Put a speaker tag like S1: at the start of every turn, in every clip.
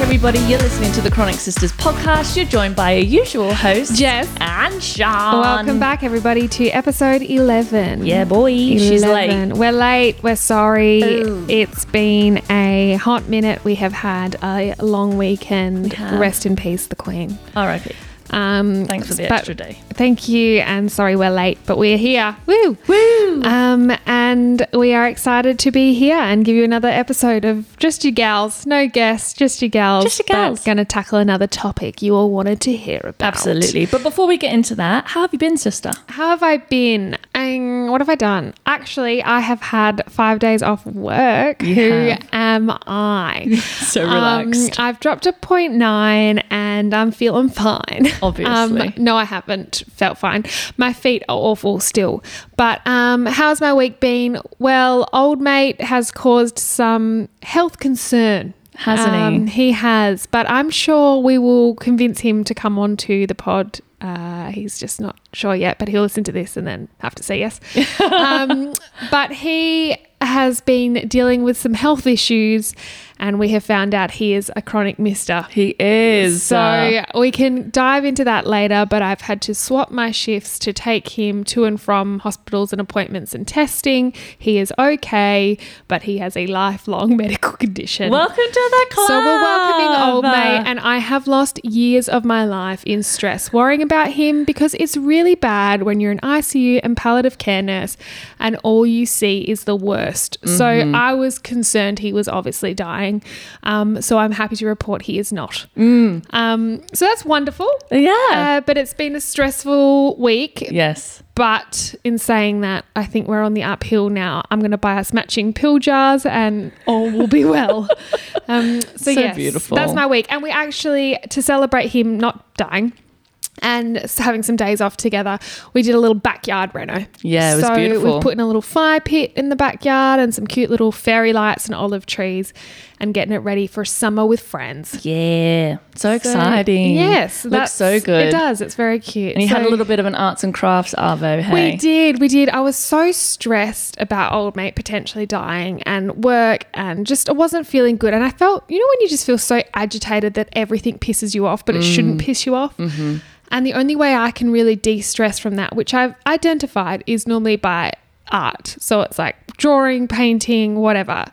S1: everybody. You're listening to the Chronic Sisters podcast. You're joined by your usual host,
S2: Jess.
S1: and Sean.
S2: Welcome back, everybody, to episode 11.
S1: Yeah, boy. She's late. Oh.
S2: 11. We're late. We're sorry.
S1: Ooh.
S2: It's been a hot minute. We have had a long weekend.
S1: We have.
S2: Rest in peace, the Queen.
S1: R.I.P.
S2: Um,
S1: Thanks for the
S2: but-
S1: extra day.
S2: Thank you, and sorry we're late, but we're here. Woo! Woo! Um, and we are excited to be here and give you another episode of just your gals. No guests, just your gals.
S1: Just your gals.
S2: Going to tackle another topic you all wanted to hear about.
S1: Absolutely. But before we get into that, how have you been, sister?
S2: How have I been? Um, what have I done? Actually, I have had five days off work. Who
S1: have.
S2: am I?
S1: So
S2: Um, I've dropped a 0.9 and I'm feeling fine. Um,
S1: Obviously.
S2: no, I haven't felt fine. My feet are awful still. But um, how's my week been? Well, old mate has caused some health concern. Um,
S1: Hasn't he?
S2: He has, but I'm sure we will convince him to come on to the pod. Uh, he's just not sure yet, but he'll listen to this and then have to say yes. um, but he has been dealing with some health issues, and we have found out he is a chronic mister.
S1: he is.
S2: So
S1: uh,
S2: we can dive into that later, but I've had to swap my shifts to take him to and from hospitals and appointments and testing. He is okay, but he has a lifelong medical condition.
S1: welcome to the club.
S2: So we're welcoming old mate, and I have lost years of my life in stress worrying about him because it's really bad when you're an ICU and palliative care nurse, and all you see is the worst. So I was concerned he was obviously dying. Um, so I'm happy to report he is not. Um, so that's wonderful.
S1: yeah.
S2: Uh, but it's been a stressful week.
S1: yes.
S2: But in saying that, I think we're on the uphill now. I'm going to buy us matching pill jars and all will be well. um, so,
S1: So
S2: yes,
S1: beautiful.
S2: that's my week. And we actually, to celebrate him not dying and s- having some days off together, we did a little backyard reno.
S1: Yeah, it was
S2: so
S1: beautiful.
S2: we put in a little fire pit in the backyard and some cute little fairy lights and olive trees and getting it ready for summer with friends.
S1: Yeah. So
S2: So,
S1: exciting.
S2: yes.
S1: Looks so
S2: that's-
S1: good.
S2: It does. It's very cute.
S1: And you had a
S2: So-
S1: little bit of an arts and crafts arvo. Hey.
S2: we did, we did. I was so stressed about old mate potentially dying and work and just I wasn't feeling good. And I felt, you know, when you just feel so agitated that everything pisses you off, but it shouldn't piss you off. And the only way I can really de stress from that, which I've identified, is normally by art. So it's like drawing, painting, whatever.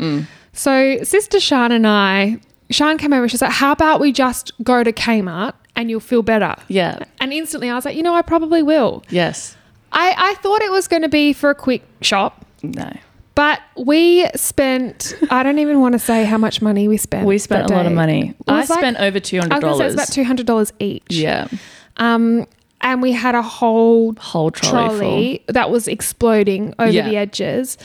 S2: So Sister Shan and I, Shan came over, she's like, How about we just go to Kmart and you'll feel better?
S1: Yeah.
S2: And instantly I was like, You know, I probably will.
S1: Yes.
S2: I, I thought it was going to be for a quick shop,
S1: No.
S2: but we spent, I don't even want to say how much money we spent.
S1: We spent
S2: that
S1: a lot of
S2: day.
S1: money.
S2: It
S1: I
S2: was like-
S1: spent over two
S2: I
S1: hundred
S2: was going to say
S1: dollars.
S2: it was about $200 each.
S1: yeah,
S2: Um, and we had a whole
S1: whole trolley.
S2: trolley, that was exploding over
S1: Yeah.
S2: the edges.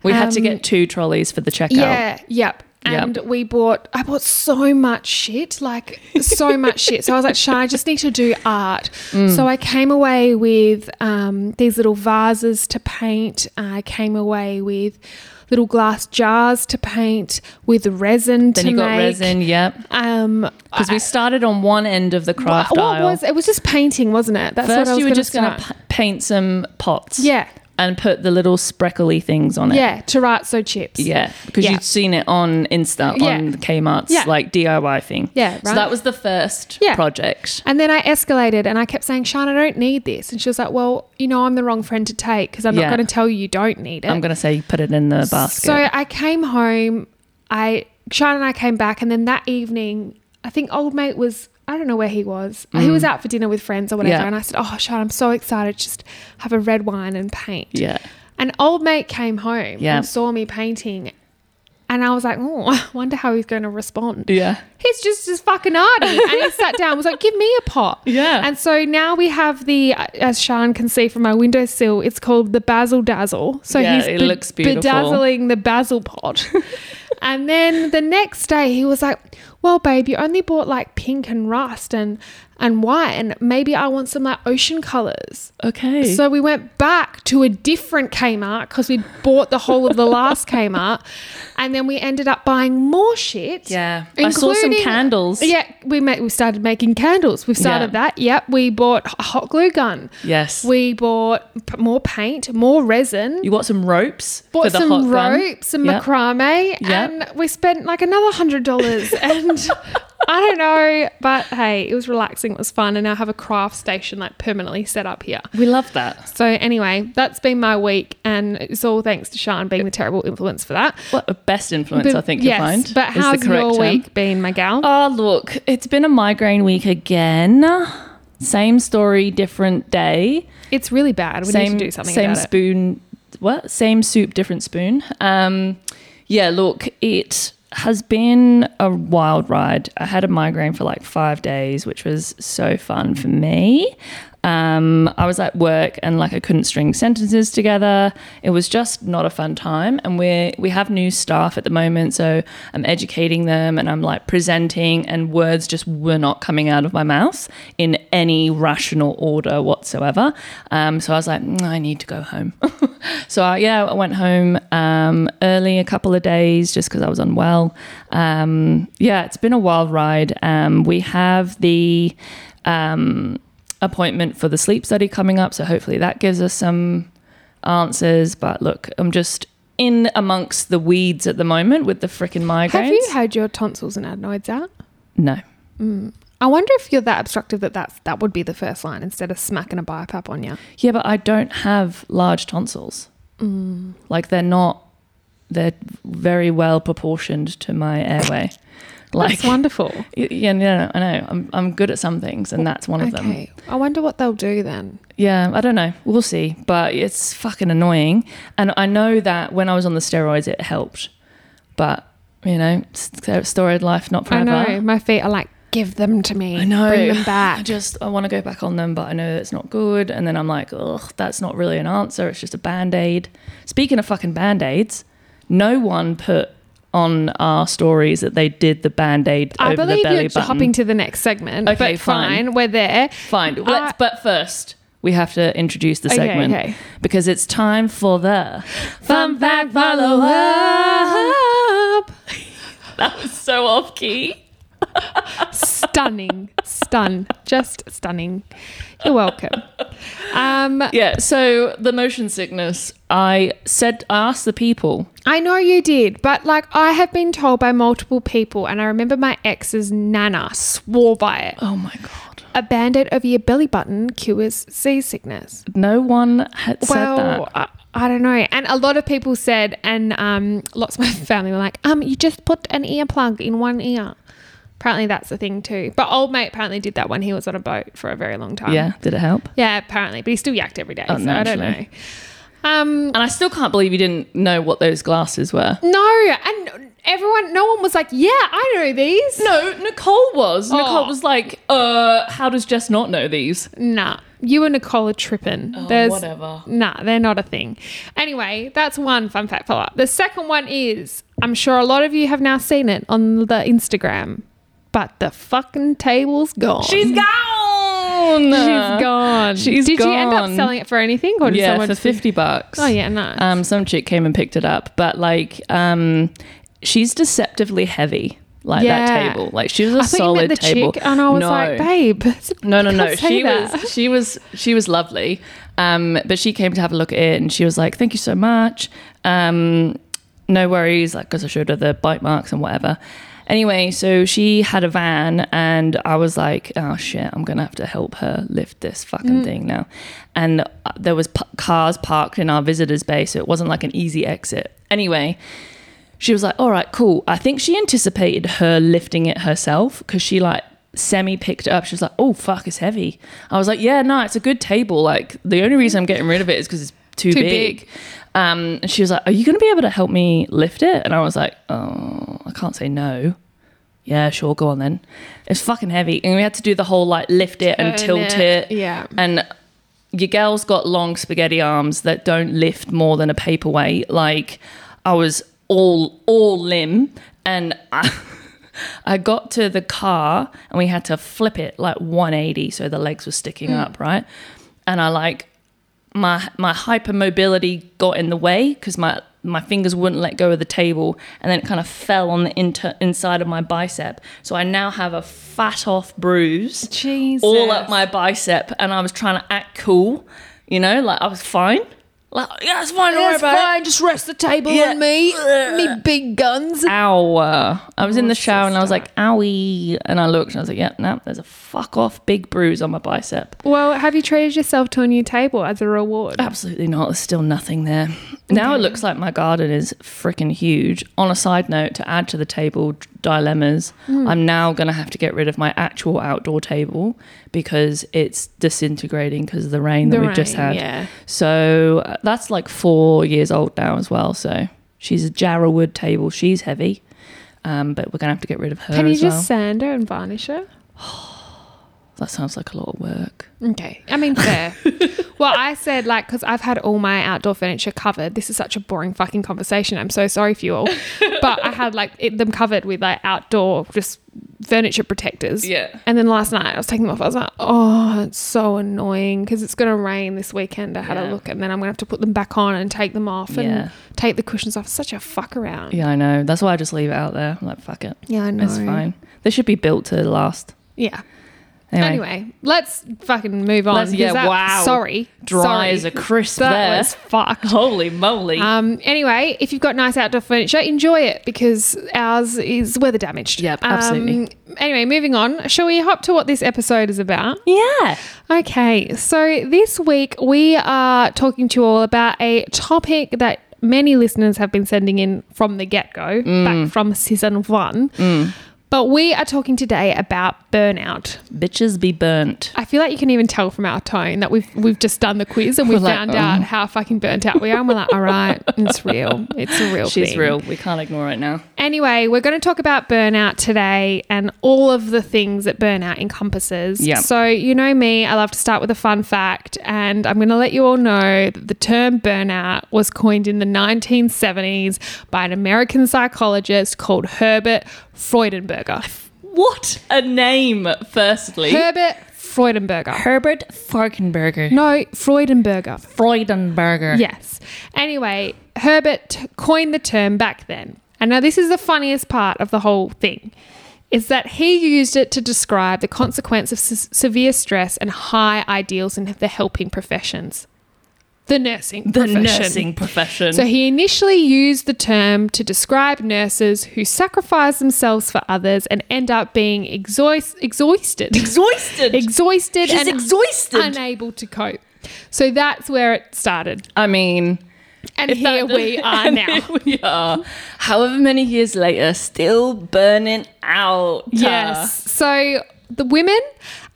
S1: Full. We had to
S2: Um,
S1: get two trolleys for the checkout.
S2: Yeah, yep.
S1: Yep.
S2: And we bought, I bought so much shit, like so much shit. So I was like, Shy, I just need to do art.
S1: Mm.
S2: So I came away with um, these little vases to paint. I came away with little glass jars to paint, with resin
S1: Then
S2: to
S1: you got
S2: make.
S1: resin. Yep.
S2: Um,
S1: Because we started on one end of the
S2: what,
S1: craft
S2: what
S1: aisle.
S2: was it? Was just painting, wasn't it? That's what I
S1: First,
S2: was
S1: you were
S2: gonna
S1: just going
S2: start.
S1: to paint some pots.
S2: yeah,
S1: And put the little spreckly things on it.
S2: yeah, terrazzo chips.
S1: Yeah, because
S2: Yeah.
S1: you'd seen it on Insta
S2: Yeah.
S1: on Kmart's
S2: Yeah.
S1: like DIY thing.
S2: Yeah,
S1: So
S2: right.
S1: that was the first
S2: Yeah.
S1: project.
S2: And then I escalated and I kept saying, Sean, I don't need this. And she was like, Well, you know, I'm the wrong friend to take because I'm
S1: Yeah.
S2: not going to tell you you don't need it.
S1: I'm going to say you put it in the basket.
S2: So I came home, I Sean and I came back, and then that evening, I think old mate was I don't know where he was. He was out for dinner with friends or whatever.
S1: Mm. Yeah.
S2: And I said, Oh, Sean, I'm so excited. Just have a red wine and paint.
S1: yeah.
S2: And old mate came home
S1: Yeah.
S2: and saw me painting. And I was like, Oh, I wonder how he's going to respond.
S1: Yeah.
S2: He's just as fucking arty. And he sat down and was like, give me a pot.
S1: Yeah.
S2: And so now we have the, uh, as Sean can see from my windowsill, it's called the Basil Dazzle. So
S1: Yeah,
S2: he's
S1: it looks beautiful.
S2: bedazzling the basil pot. and then the next day he was like, well, babe, you only bought like pink and rust and, and white. And maybe I want some like ocean colors.
S1: Okay.
S2: So we went back to a different Kmart because we'd bought the whole of the last Kmart. And then we ended up buying more shit.
S1: Yeah. I saw some
S2: including-
S1: candles.
S2: Yeah, we made, we started making candles. We've started
S1: Yeah.
S2: that. Yep, we bought a hot glue gun.
S1: Yes.
S2: We bought p- more paint, more resin.
S1: you bought some ropes for
S2: bought
S1: the
S2: some
S1: hot gun.
S2: rope, some
S1: Yep.
S2: macrame,
S1: Yep.
S2: and we spent like another hundred dollars. and I don't know, but hey, it was relaxing. It was fun. And now I have a craft station like permanently set up here.
S1: We love that.
S2: So anyway, that's been my week, and it's all thanks to Sean being the terrible influence for that.
S1: What a best influence, I
S2: But-
S1: think
S2: yes,
S1: you'll find.
S2: but
S1: is the
S2: how's
S1: correct
S2: your
S1: term.
S2: week been, my gal?
S1: Oh, look, it's been a migraine week again. Same story, different day.
S2: it's really bad. We
S1: same
S2: need to do something
S1: same
S2: about it.
S1: spoon. What? Same soup, different spoon. Um, yeah, look, it has been a wild ride. I had a migraine for like five days, which was so fun for me. Um, I was at work and like I couldn't string sentences together. It was just not a fun time. And we we have new staff at the moment, so I'm educating them and I'm like presenting, and words just were not coming out of my mouth in any rational order whatsoever. Um, so I was like, "Mm, I need to go home. so I, yeah, I went home um, early a couple of days just because I was unwell. Um, yeah, it's been a wild ride. Um, we have the um, appointment for the sleep study coming up, so hopefully that gives us some answers. But look, I'm just in amongst the weeds at the moment with the freaking migraines.
S2: Have you had your tonsils and adenoids out?
S1: no.
S2: I wonder if you're that obstructive that that's, that would be the first line instead of smacking a BiPAP on you.
S1: Yeah, but I don't have large tonsils.
S2: Mm.
S1: Like they're not. They're very well proportioned to my airway. Like
S2: That's wonderful.
S1: Y- Yeah, no, no, I know. I'm I'm good at some things, and that's one of them.
S2: Okay. I wonder what they'll do then.
S1: Yeah, I don't know. We'll see. But it's fucking annoying, and I know that when I was on the steroids, it helped. But you know, s- steroid life not forever.
S2: I know. My feet are like, give them to me.
S1: I know.
S2: Bring them
S1: I
S2: back.
S1: just I want to go back on them, but I know it's not good. And then I'm like, ugh, that's not really an answer. It's just a band aid. Speaking of fucking band aids, no one put on our stories that they did the band aid
S2: I
S1: over the
S2: believe
S1: belly
S2: you're
S1: button.
S2: hopping to the next segment.
S1: Okay,
S2: but
S1: fine.
S2: fine. We're there.
S1: Fine. Let's,
S2: I-
S1: but first, we have to introduce the
S2: Okay,
S1: segment
S2: okay.
S1: because it's time for the
S2: Fun fact follow
S1: up. that was so off key.
S2: stunning. Stun. Just stunning. You're welcome. Um,
S1: Yeah. So the motion sickness. I said I asked the people.
S2: I know you did, but like I have been told by multiple people, and I remember my ex's nana swore by it.
S1: Oh my god.
S2: A band aid over your belly button cures seasickness.
S1: No one had said
S2: Well,
S1: that.
S2: I, I don't know. And a lot of people said, and um, lots of my family were like, um, you just put an earplug in one ear. Apparently, that's a thing too. But old mate apparently did that when he was on a boat for a very long time.
S1: Yeah. Did it help?
S2: Yeah, apparently. But he still yacked every day.
S1: Oh,
S2: so I don't know.
S1: naturally.
S2: Um,
S1: And I still can't believe you didn't know what those glasses were.
S2: no. And everyone, no one was like, yeah, I know these.
S1: No, Nicole was. Nicole
S2: Oh.
S1: was like, uh, how does Jess not know these?
S2: Nah, you and Nicole are tripping. There's,
S1: Oh, whatever.
S2: Nah, they're not a thing. Anyway, that's one fun fact follow up. The second one is I'm sure a lot of you have now seen it on the Instagram, but the fucking table's gone.
S1: She's gone.
S2: Um, She's gone.
S1: She's
S2: did you end up
S1: gone.
S2: selling it for anything or did
S1: yeah,
S2: someone
S1: for
S2: just think-
S1: fifty bucks.
S2: Oh yeah, nice.
S1: Um, some chick came and picked it up, but like, um, she's deceptively heavy. Like
S2: Yeah.
S1: that table. Like she was a
S2: I thought you
S1: solid
S2: meant the
S1: table.
S2: chick, and I was
S1: no.
S2: like, babe.
S1: No, no, no.
S2: can't say
S1: She
S2: that.
S1: was she was she was lovely. Um, but she came to have a look at it and she was like, Thank you so much. Um, no worries, like because I showed her the bite marks and whatever. Anyway, so she had a van and I was like, Oh shit, I'm gonna have to help her lift this
S2: Mm.
S1: fucking thing now. And uh, there was p- cars parked in our visitors bay, so it wasn't like an easy exit. Anyway, she was like, "All right, cool." I think she anticipated her lifting it herself because she like semi picked it up. She was like, "Oh fuck, it's heavy." I was like, "Yeah, no, it's a good table. Like the only reason I'm getting rid of it is because it's too,
S2: Too
S1: big."
S2: big.
S1: Um, and she was like, "Are you gonna be able to help me lift it?" And I was like, "Oh, I can't say no." Yeah, sure, go on then. It's fucking heavy, and we had to do the whole like lift it and
S2: Turn
S1: tilt
S2: it.
S1: it.
S2: Yeah.
S1: and your girl's got long spaghetti arms that don't lift more than a paperweight. Like I was all all limb, and I, I got to the car and we had to flip it like 180 so the legs were sticking up, right? And I like my my hypermobility got in the way because my my fingers wouldn't let go of the table and then it kind of fell on the inter, inside of my bicep so i now have a fat off bruise
S2: Jesus.
S1: all up my bicep and i was trying to act cool you know like i was fine Like, yeah, it's fine. Don't worry
S2: That's
S1: about it.
S2: fine. Just rest the table
S1: Yeah.
S2: on me. me big guns.
S1: ow. I was in the shower and I was like, owie. And I looked and I was like, yep, no, there's a fuck off big bruise on my bicep.
S2: Well, have you treated yourself to a new table as a reward?
S1: Absolutely not. There's still nothing there. Now it looks like my garden is freaking huge. On a side note, to add to the table d- dilemmas,
S2: Hmm.
S1: I'm now going to have to get rid of my actual outdoor table because it's disintegrating because of the rain that we've just
S2: rain,
S1: had.
S2: Yeah.
S1: So uh, that's like four years old now as well. So she's a Jarrah wood table. She's heavy, um, but we're gonna have to get rid of her
S2: Can you
S1: as
S2: just
S1: well.
S2: sand her and varnish her?
S1: That sounds like a lot of work.
S2: Okay. I mean, fair. well, I said, like, because I've had all my outdoor furniture covered. This is such a boring fucking conversation. I'm so sorry for you all. but I had, like, it, them covered with, like, outdoor just furniture protectors.
S1: Yeah.
S2: And then last night I was taking them off. I was like, oh, it's so annoying because it's going to rain this weekend. I had
S1: Yeah.
S2: a look and then I'm going to have to put them back on and take them off
S1: Yeah.
S2: and take the cushions off. Such a fuck around.
S1: Yeah, I know. That's why I just leave it out there. I'm like, fuck it.
S2: Yeah, I know.
S1: It's fine. They should be built to last.
S2: Yeah.
S1: Anyway,
S2: Anyway, let's fucking move on.
S1: Let's- yeah,
S2: 'cause that-
S1: wow.
S2: Sorry.
S1: dry
S2: sorry.
S1: as a crisp
S2: That
S1: there.
S2: was fucked.
S1: Holy moly.
S2: Um, anyway, if you've got nice outdoor furniture, enjoy it because ours is weather damaged.
S1: Yep, absolutely.
S2: Um, anyway, moving on. Shall we hop to what this episode is about?
S1: yeah.
S2: Okay, so this week we are talking to you all about a topic that many listeners have been sending in from the get go,
S1: Mm.
S2: back from season one. But we are talking today about burnout.
S1: Bitches be burnt.
S2: I feel like you can even tell from our tone that we've we've just done the quiz and
S1: We're
S2: we
S1: like, "Oh."
S2: found out how fucking burnt out we are. And we're like, all right, it's real. It's a real
S1: She's
S2: thing.
S1: real. We can't ignore it now.
S2: Anyway, we're going to talk about burnout today and all of the things that burnout encompasses.
S1: Yeah.
S2: So, you know me, I love to start with a fun fact, and I'm going to let you all know that the term burnout was coined in the 1970s by an American psychologist called Herbert Freudenberger.
S1: What a name, firstly.
S2: Herbert Freudenberger.
S1: Herbert Farkenberger.
S2: No, Freudenberger.
S1: Freudenberger.
S2: Yes. Anyway, Herbert coined the term back then. And now this is the funniest part of the whole thing is that he used it to describe the consequence of se- severe stress and high ideals in the helping professions. The nursing
S1: The
S2: profession.
S1: nursing profession.
S2: So he initially used the term to describe nurses who sacrifice themselves for others and end up being exoist- exhausted.
S1: exhausted.
S2: exhausted
S1: She's
S2: and
S1: exhausted.
S2: unable to cope. So that's where it started.
S1: I mean,
S2: And
S1: if
S2: here
S1: that-
S2: we are
S1: and
S2: now.
S1: here we are. However many years later, still burning out.
S2: Yes. So the women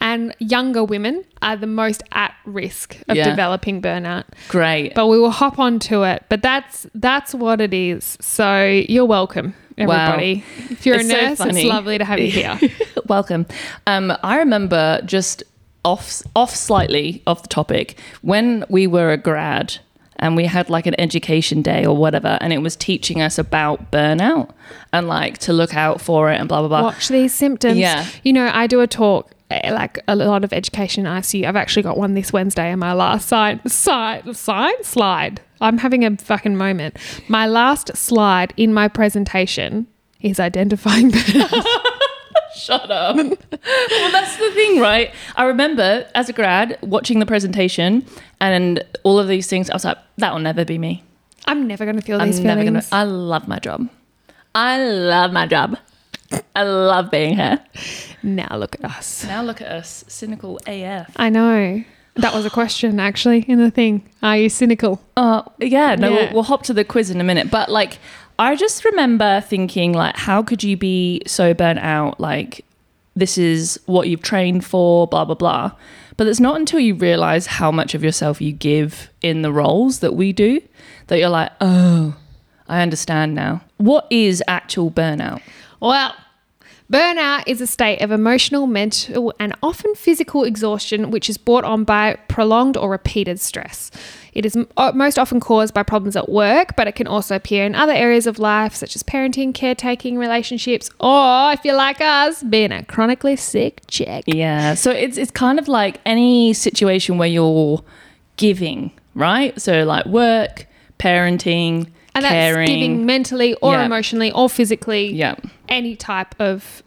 S2: and younger women are the most at risk of
S1: Yeah.
S2: developing burnout.
S1: Great.
S2: But we will hop on to it. But that's that's what it is. So you're welcome, everybody. If you're
S1: It's
S2: a
S1: so
S2: nurse, it's
S1: funny.
S2: lovely to have you here.
S1: Welcome. Um, I remember just off off slightly off the topic when we were a grad and we had like an education day or whatever, and it was teaching us about burnout and like to look out for it and blah blah blah.
S2: Watch these symptoms.
S1: Yeah.
S2: You know, I do a talk eh, like a lot of education in ICU. I've actually got one this Wednesday in my last side side side slide. I'm having a fucking moment. My last slide in my presentation is identifying burnout.
S1: Shut up. well, that's the thing, right? I remember as a grad watching the presentation and all of these things. I was like, that will never be me.
S2: I'm never going to feel
S1: I'm
S2: these
S1: never
S2: feelings.
S1: gonna. I love my job. I love my job. I love being here.
S2: Now look at us.
S1: Now look at us, cynical AF.
S2: I know. That was a question actually in the thing. Are you cynical?
S1: Uh, yeah, no,
S2: Yeah.
S1: We'll, we'll hop to the quiz in a minute. But like, I just remember thinking, like, how could you be so burnt out? Like, this is what you've trained for, blah blah blah. But it's not until you realize how much of yourself you give in the roles that we do that you're like, oh, I understand now. What is actual burnout?
S2: Well, burnout is a state of emotional, mental, and often physical exhaustion which is brought on by prolonged or repeated stress. It is m- o- most often caused by problems at work, but it can also appear in other areas of life such as parenting, caretaking, relationships, or if you're like us, being a chronically sick chick.
S1: Yeah. So it's it's kind of like any situation where you're giving, right? So like work, parenting,
S2: And that's
S1: caring.
S2: giving mentally or
S1: Yeah.
S2: emotionally or physically
S1: yeah.
S2: any type of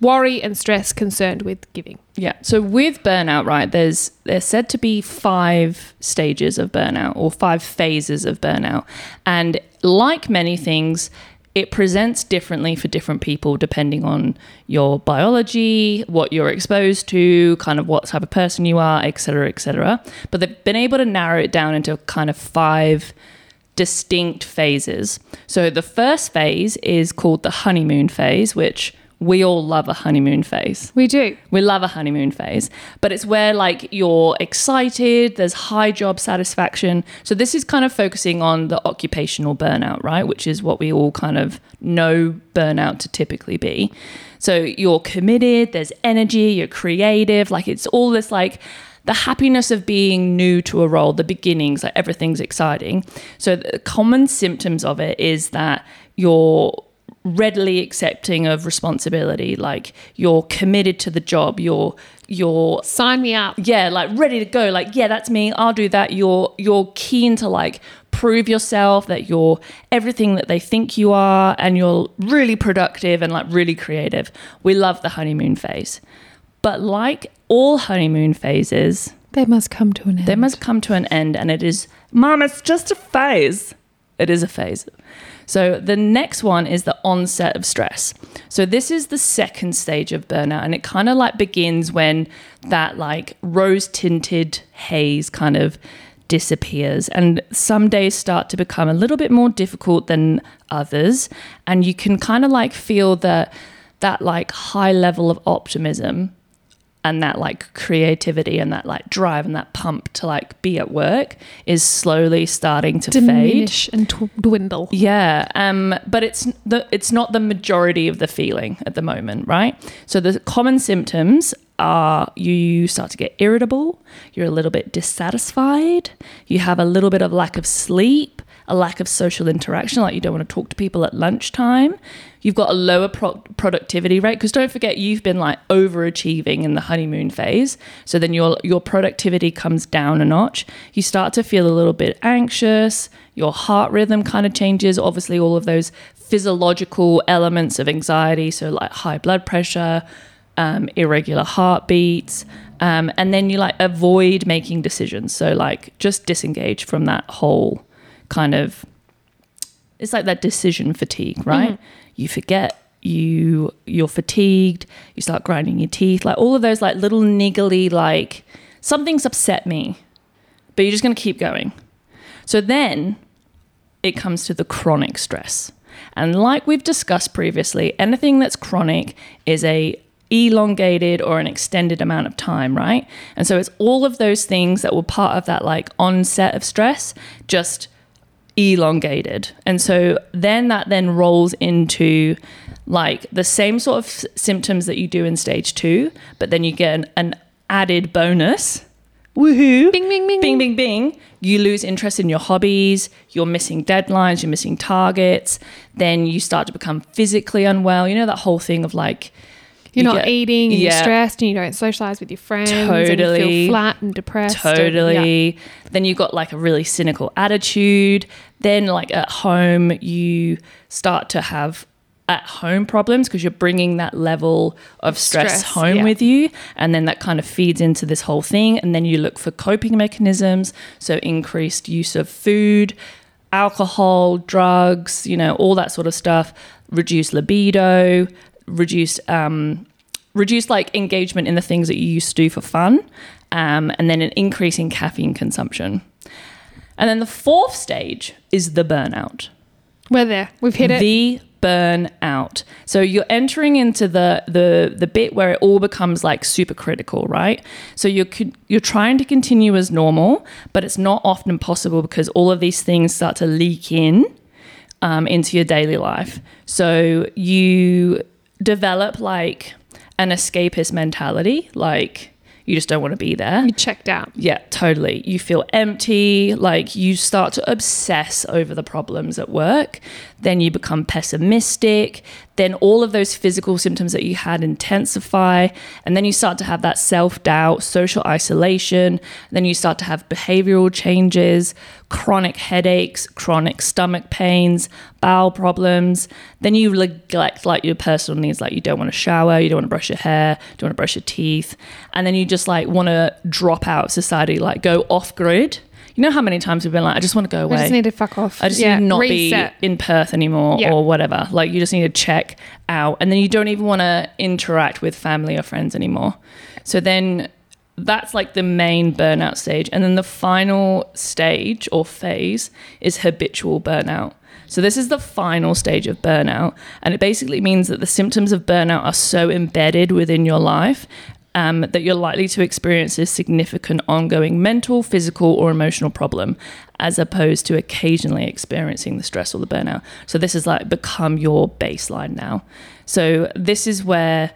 S2: worry and stress concerned with giving.
S1: Yeah. So with burnout, right, there's there's said to be five stages of burnout or five phases of burnout. And like many things, it presents differently for different people depending on your biology, what you're exposed to, kind of what type of person you are, et cetera, et cetera. But they've been able to narrow it down into kind of five distinct phases. So the first phase is called the honeymoon phase, which we all love a honeymoon phase.
S2: We do.
S1: We love a honeymoon phase, but it's where like you're excited, there's high job satisfaction. So this is kind of focusing on the occupational burnout, right? Which is what we all kind of know burnout to typically be. So you're committed, there's energy, you're creative, like it's all this like the happiness of being new to a role, the beginnings, like everything's exciting. So the common symptoms of it is that you're readily accepting of responsibility like you're committed to the job you're you're
S2: Sign me up.
S1: yeah like ready to go like yeah that's me i'll do that you're you're keen to like prove yourself that you're everything that they think you are and you're really productive and like really creative we love the honeymoon phase but like all honeymoon phases
S2: They must come to an end.
S1: they must come to an end and it is mom it's just a phase it is a phase so the next one is the onset of stress so this is the second stage of burnout and it kind of like begins when that like rose tinted haze kind of disappears and some days start to become a little bit more difficult than others and you can kind of like feel that that like high level of optimism and that like creativity and that like drive and that pump to like be at work is slowly starting to fade.
S2: diminish and tw- dwindle.
S1: Yeah, um, but it's the it's not the majority of the feeling at the moment, right? So the common symptoms are you start to get irritable, you're a little bit dissatisfied, you have a little bit of lack of sleep, a lack of social interaction, like you don't want to talk to people at lunchtime. You've got a lower pro- productivity rate because don't forget you've been like overachieving in the honeymoon phase. So then your your productivity comes down a notch. You start to feel a little bit anxious. Your heart rhythm kind of changes. Obviously, all of those physiological elements of anxiety, so like high blood pressure, um, irregular heartbeats, um, and then you like avoid making decisions. So like just disengage from that whole kind of it's like that decision fatigue, right? You forget you you're fatigued, you start grinding your teeth, like all of those like little niggly like something's upset me, but you're just gonna keep going. So then it comes to the chronic stress. And like we've discussed previously, anything that's chronic is a elongated or an extended amount of time, right? And so it's all of those things that were part of that like onset of stress just elongated. And so then that then rolls into like the same sort of s- symptoms that you do in stage 2, but then you get an, an added bonus. Woohoo
S2: Bing, bing, bing.
S1: bing bing bing you lose interest in your hobbies you're missing deadlines you're missing targets then you start to become physically unwell you know that whole thing of like you
S2: You're not
S1: get-
S2: eating. And you're
S1: Yeah.
S2: stressed, and you don't socialize with your friends. And you
S1: Totally.
S2: feel flat and depressed. and- yeah.
S1: totally then you got like a really cynical attitude then like at home you start to have at home problems because you're bringing that level of stress,
S2: Stress,
S1: home
S2: yeah.
S1: with you and then that kind of feeds into this whole thing and then you look for coping mechanisms so increased use of food alcohol drugs you know all that sort of stuff reduced libido reduced um reduced like engagement in the things that you used to do for fun um, and then an increase in caffeine consumption and then the fourth stage is the burnout
S2: We're there. We've hit it.
S1: the burnout. So you're entering into the the the bit where it all becomes like super critical, right? So you're con- you're trying to continue as normal, but it's not often possible because all of these things start to leak in um, into your daily life. So you develop like an escapist mentality, like you just don't want to be there.
S2: you checked out.
S1: Yeah, totally. You feel empty, like you start to obsess over the problems at work. Then you become pessimistic. then all of those physical symptoms that you had intensify. And then you start to have that self doubt, social isolation. Then you start to have behavioral changes, chronic headaches, chronic stomach pains, bowel problems. Then you neglect like your personal needs, like you don't want to shower, you don't want to brush your hair, don't want to brush your teeth. And then you just like want to drop out of society, like go off grid. You know how many times we've been like, I just want to go away.
S2: I just need to fuck off.
S1: I just
S2: Yeah,
S1: need to not
S2: reset.
S1: be in Perth anymore
S2: Yeah.
S1: or whatever. Like you just need to check out and then you don't even want to interact with family or friends anymore. So then that's like the main burnout stage. And then the final stage or phase is habitual burnout. So this is the final stage of burnout. And it basically means that the symptoms of burnout are so embedded within your life um, that you're likely to experience a significant ongoing mental, physical, or emotional problem, as opposed to occasionally experiencing the stress or the burnout. So, this is like become your baseline now. So, this is where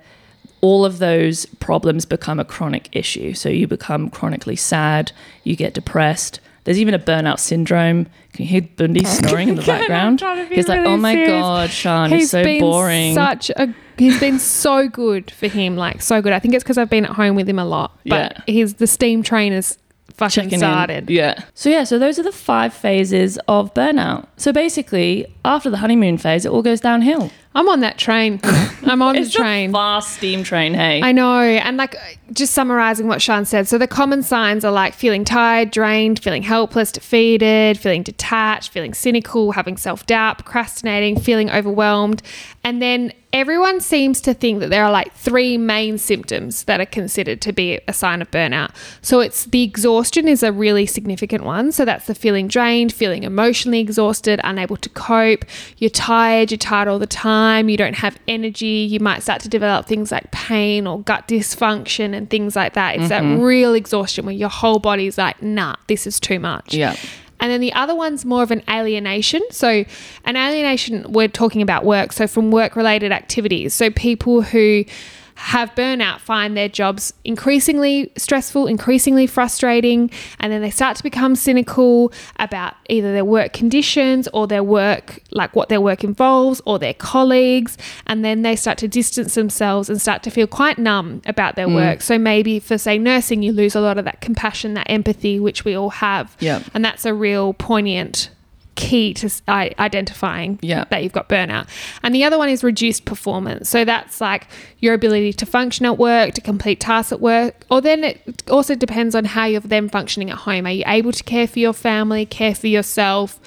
S1: all of those problems become a chronic issue. So, you become chronically sad, you get depressed. There's even a burnout syndrome. Can you hear Bundy snoring in the
S2: God, I'm
S1: background?
S2: trying to be
S1: He's like,
S2: really
S1: "Oh my
S2: serious."
S1: god, Sean, it's so
S2: been
S1: boring."
S2: Such a he's been so good for him, like so good. I think it's because I've been at home with him a lot. But
S1: Yeah.
S2: he's the steam train is fucking
S1: checking
S2: started.
S1: in. Yeah. So yeah, so those are the five phases of burnout. So basically, after the honeymoon phase, it all goes downhill.
S2: I'm on that train. I'm on the
S1: It's
S2: train.
S1: a fast steam train. Hey.
S2: I know. And like just summarizing what Sean said. So the common signs are like feeling tired, drained, feeling helpless, defeated, feeling detached, feeling cynical, having self doubt, procrastinating, feeling overwhelmed. And then everyone seems to think that there are like three main symptoms that are considered to be a sign of burnout. So it's the exhaustion is a really significant one. So that's the feeling drained, feeling emotionally exhausted, unable to cope. You're tired, you're tired all the time, you don't have energy, you might start to develop things like pain or gut dysfunction and things like that. It's that real exhaustion where your whole body's like, nah, this is too much.
S1: Yeah.
S2: And then the other one's more of an alienation. So, an alienation, we're talking about work. So, from work related activities. So, people who have burnout find their jobs increasingly stressful, increasingly frustrating, and then they start to become cynical about either their work conditions or their work, like what their work involves or their colleagues. And then they start to distance themselves and start to feel quite numb about their work. So, maybe for, say, nursing, you lose a lot of that compassion, that empathy, which we all have.
S1: Yeah.
S2: And that's a real poignant key to s- i- identifying
S1: Yeah.
S2: that you've got burnout. And the other one is reduced performance. So that's like your ability to function at work, to complete tasks at work, or then it also depends on how you're then functioning at home. Are you able to care for your family, care for yourself?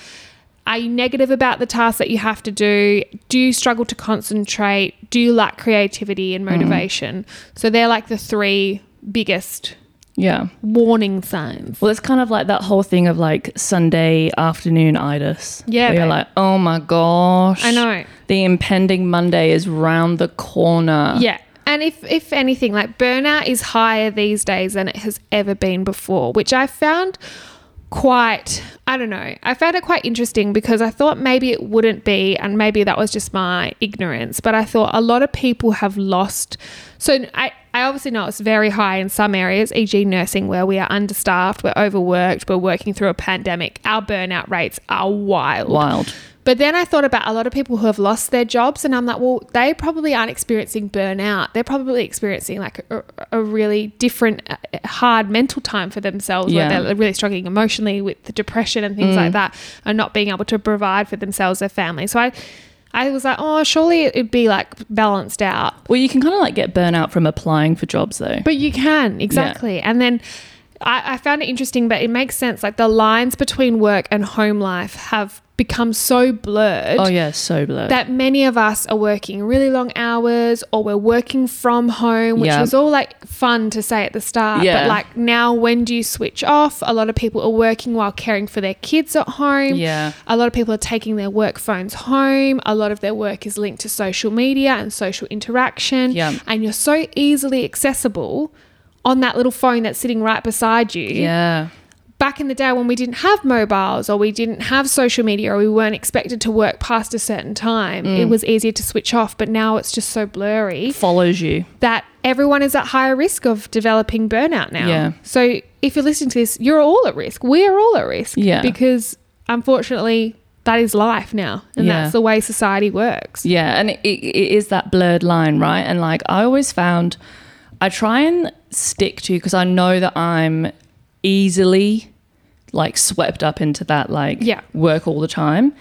S2: Are you negative about the tasks that you have to do? Do you struggle to concentrate? Do you lack creativity and motivation? So they're like the three biggest
S1: yeah.
S2: warning signs.
S1: Well, it's kind of like that whole thing of like Sunday afternoon itis.
S2: Yeah,
S1: Where you're
S2: babe.
S1: like, oh my gosh.
S2: I know.
S1: The impending Monday is round the corner.
S2: Yeah. And if, if anything, like burnout is higher these days than it has ever been before, which I found quite, I don't know, I found it quite interesting because I thought maybe it wouldn't be, and maybe that was just my ignorance, but I thought a lot of people have lost. So I, I obviously know it's very high in some areas, e.g., nursing, where we are understaffed, we're overworked, we're working through a pandemic. Our burnout rates are wild.
S1: Wild.
S2: But then I thought about a lot of people who have lost their jobs, and I'm like, well, they probably aren't experiencing burnout. They're probably experiencing like a, a really different, uh, hard mental time for themselves
S1: Yeah.
S2: where they're really struggling emotionally with the depression and things like that, and not being able to provide for themselves, their family. So I, I was like, oh, surely it'd be like balanced out.
S1: Well, you can kind of like get burnout from applying for jobs though.
S2: But you can, exactly. And then I, I found it interesting, but it makes sense. Like the lines between work and home life have become so blurred
S1: oh yeah, so blurred.
S2: that many of us are working really long hours or we're working from home, which
S1: Yeah.
S2: was all like fun to say at the start.
S1: Yeah.
S2: But like now, when do you switch off? A lot of people are working while caring for their kids at home.
S1: Yeah.
S2: A lot of people are taking their work phones home. A lot of their work is linked to social media and social interaction.
S1: Yeah.
S2: And you're so easily accessible on that little phone that's sitting right beside you
S1: yeah.
S2: back in the day when we didn't have mobiles or we didn't have social media or we weren't expected to work past a certain time, it
S1: Mm.
S2: was easier to switch off. But now it's just so blurry
S1: Follows you.
S2: that everyone is at higher risk of developing burnout now.
S1: Yeah.
S2: So if you're listening to this, you're all at risk. We're all at risk.
S1: Yeah.
S2: Because unfortunately, that is life now, and
S1: Yeah.
S2: that's the way society works.
S1: Yeah, and it, it, it is that blurred line, right? And like I always found, I try and stick to because I know that I'm easily like swept up into that like
S2: Yeah.
S1: work all the time.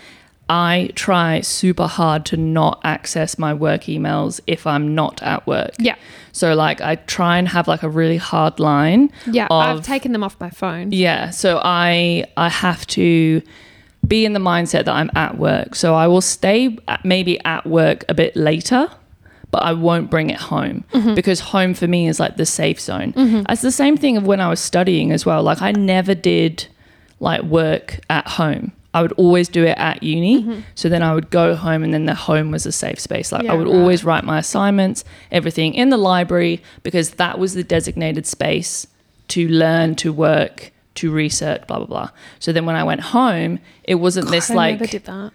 S1: I try super hard to not access my work emails if I'm not at work.
S2: Yeah,
S1: So like I try and have like a really hard line.
S2: yeah. I've
S1: Of-
S2: taken them off my phone.
S1: Yeah, so I I have to be in the mindset that I'm at work. So I will stay at, maybe at work a bit later, but I won't bring it home because home for me is like the safe zone. It's the same thing of when I was studying as well. Like I never did like work at home. I would always do it at uni. So then I would go home and then the home was a safe space. Like
S2: Yeah,
S1: I would
S2: right.
S1: always write my assignments, everything in the library because that was the designated space to learn, to work, to research, blah blah blah. So then when I went home, it wasn't this
S2: I
S1: like,
S2: never did that.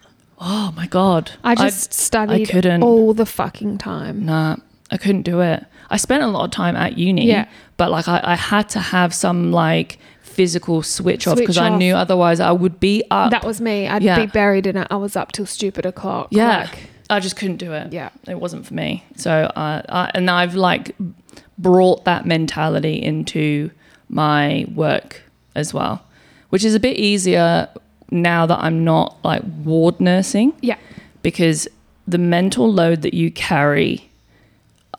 S1: oh my god,
S2: I just studied
S1: couldn't.
S2: all the fucking time.
S1: nah, I couldn't do it. I spent a lot of time at uni,
S2: Yeah.
S1: but like I, I had to have some like physical switch off because I
S2: Switch off.
S1: knew otherwise I would be up.
S2: That was me. I'd
S1: Yeah.
S2: be buried in it. I was up till stupid o'clock.
S1: yeah,
S2: Like,
S1: I just couldn't do it.
S2: yeah.
S1: it wasn't for me. So, uh, I, and I've like brought that mentality into my work as well, which is a bit easier now that I'm not like ward nursing
S2: Yeah.
S1: because the mental load that you carry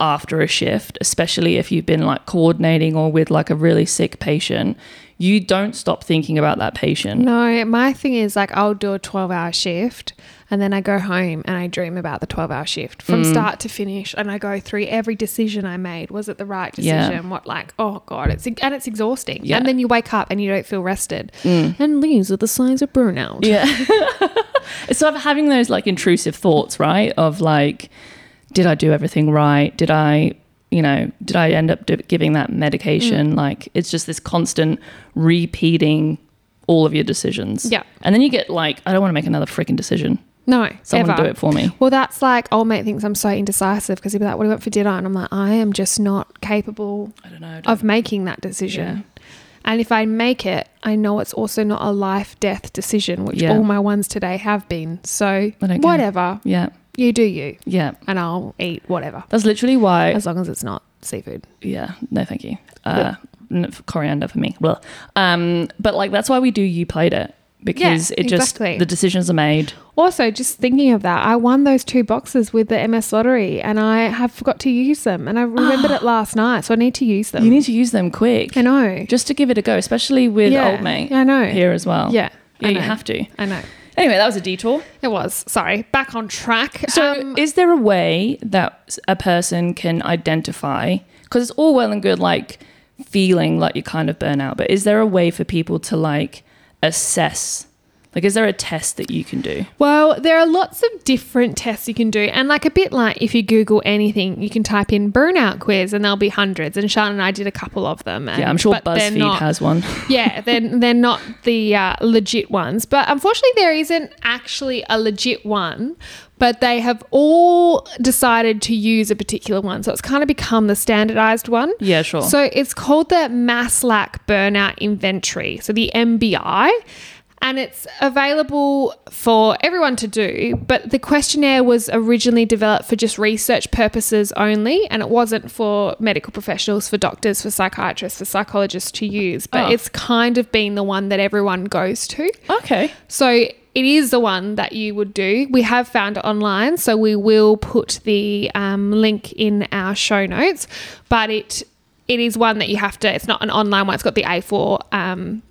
S1: after a shift, especially if you've been like coordinating or with like a really sick patient, you don't stop thinking about that patient.
S2: No, my thing is like I'll do a 12 hour shift and then I go home and I dream about the 12 hour shift from
S1: Mm.
S2: start to finish and I go through every decision I made. Was it the right
S1: Yeah.
S2: decision? What like, oh God, it's, and it's exhausting.
S1: Yeah. Mm.
S2: And then you wake up and you don't feel rested. And these are the signs of burnout.
S1: Yeah. it's sort of having those like intrusive thoughts, right? Of like, did I do everything right? Did I, you know, did I end up d- giving that medication?
S2: Mm.
S1: Like, it's just this constant repeating all of your decisions.
S2: Yeah.
S1: And then you get like, I don't want to make another freaking decision.
S2: No,
S1: Someone
S2: ever.
S1: do it for me.
S2: Well, that's like old mate thinks I'm so indecisive because he'd be like, "What do you want for dinner?" And I'm like, "I am just not capable
S1: I don't know.
S2: of making that decision." And if I make it, I know it's also not a life death decision, which
S1: Yeah.
S2: all my ones today have been. So
S1: I don't care.
S2: whatever
S1: yeah.
S2: you do, you
S1: Yeah.
S2: and I'll eat whatever
S1: That's literally why.
S2: as long as it's not seafood.
S1: yeah no thank you uh n- f- coriander for me well um but like that's why we do you played it because it just
S2: exactly.
S1: the decisions are made
S2: Also, just thinking of that, I won those two boxes with the MS lottery, and I have forgot to use them. And I remembered it last night, so I need to use them.
S1: you need to use them quick
S2: I know.
S1: just to give it a go especially with
S2: Yeah,
S1: old mate
S2: I know.
S1: here as well
S2: Yeah,
S1: yeah
S2: I
S1: you
S2: know.
S1: have to
S2: I know.
S1: anyway that was a detour
S2: It was. Sorry. Back on track.
S1: so
S2: Um,
S1: is there a way that s- a person can identify because it's all well and good like feeling like you kind of burn out but is there a way for people to like assess like is there a test that you can do
S2: well, there are lots of different tests you can do. And like a bit like if you Google anything, you can type in burnout quiz and there'll be hundreds. And Sean and I did a couple of them. And,
S1: yeah i'm sure
S2: Um, but they're
S1: buzzfeed
S2: not-
S1: has one
S2: yeah, they're, they're not the uh, legit ones. But unfortunately, there isn't actually a legit one, but they have all decided to use a particular one. So it's kind of become the standardized one.
S1: Yeah, sure.
S2: So it's called the Maslack Burnout Inventory, so the MBI. And it's available for everyone to do, but the questionnaire was originally developed for just research purposes only, and it wasn't for medical professionals, for doctors, for psychiatrists, for psychologists to use. But
S1: Oh.
S2: it's kind of been the one that everyone goes to.
S1: okay
S2: So it is the one that you would do. We have found it online, so we will put the um, link in our show notes. But it it is one that you have to. It's not an online one. It's got the A4 um,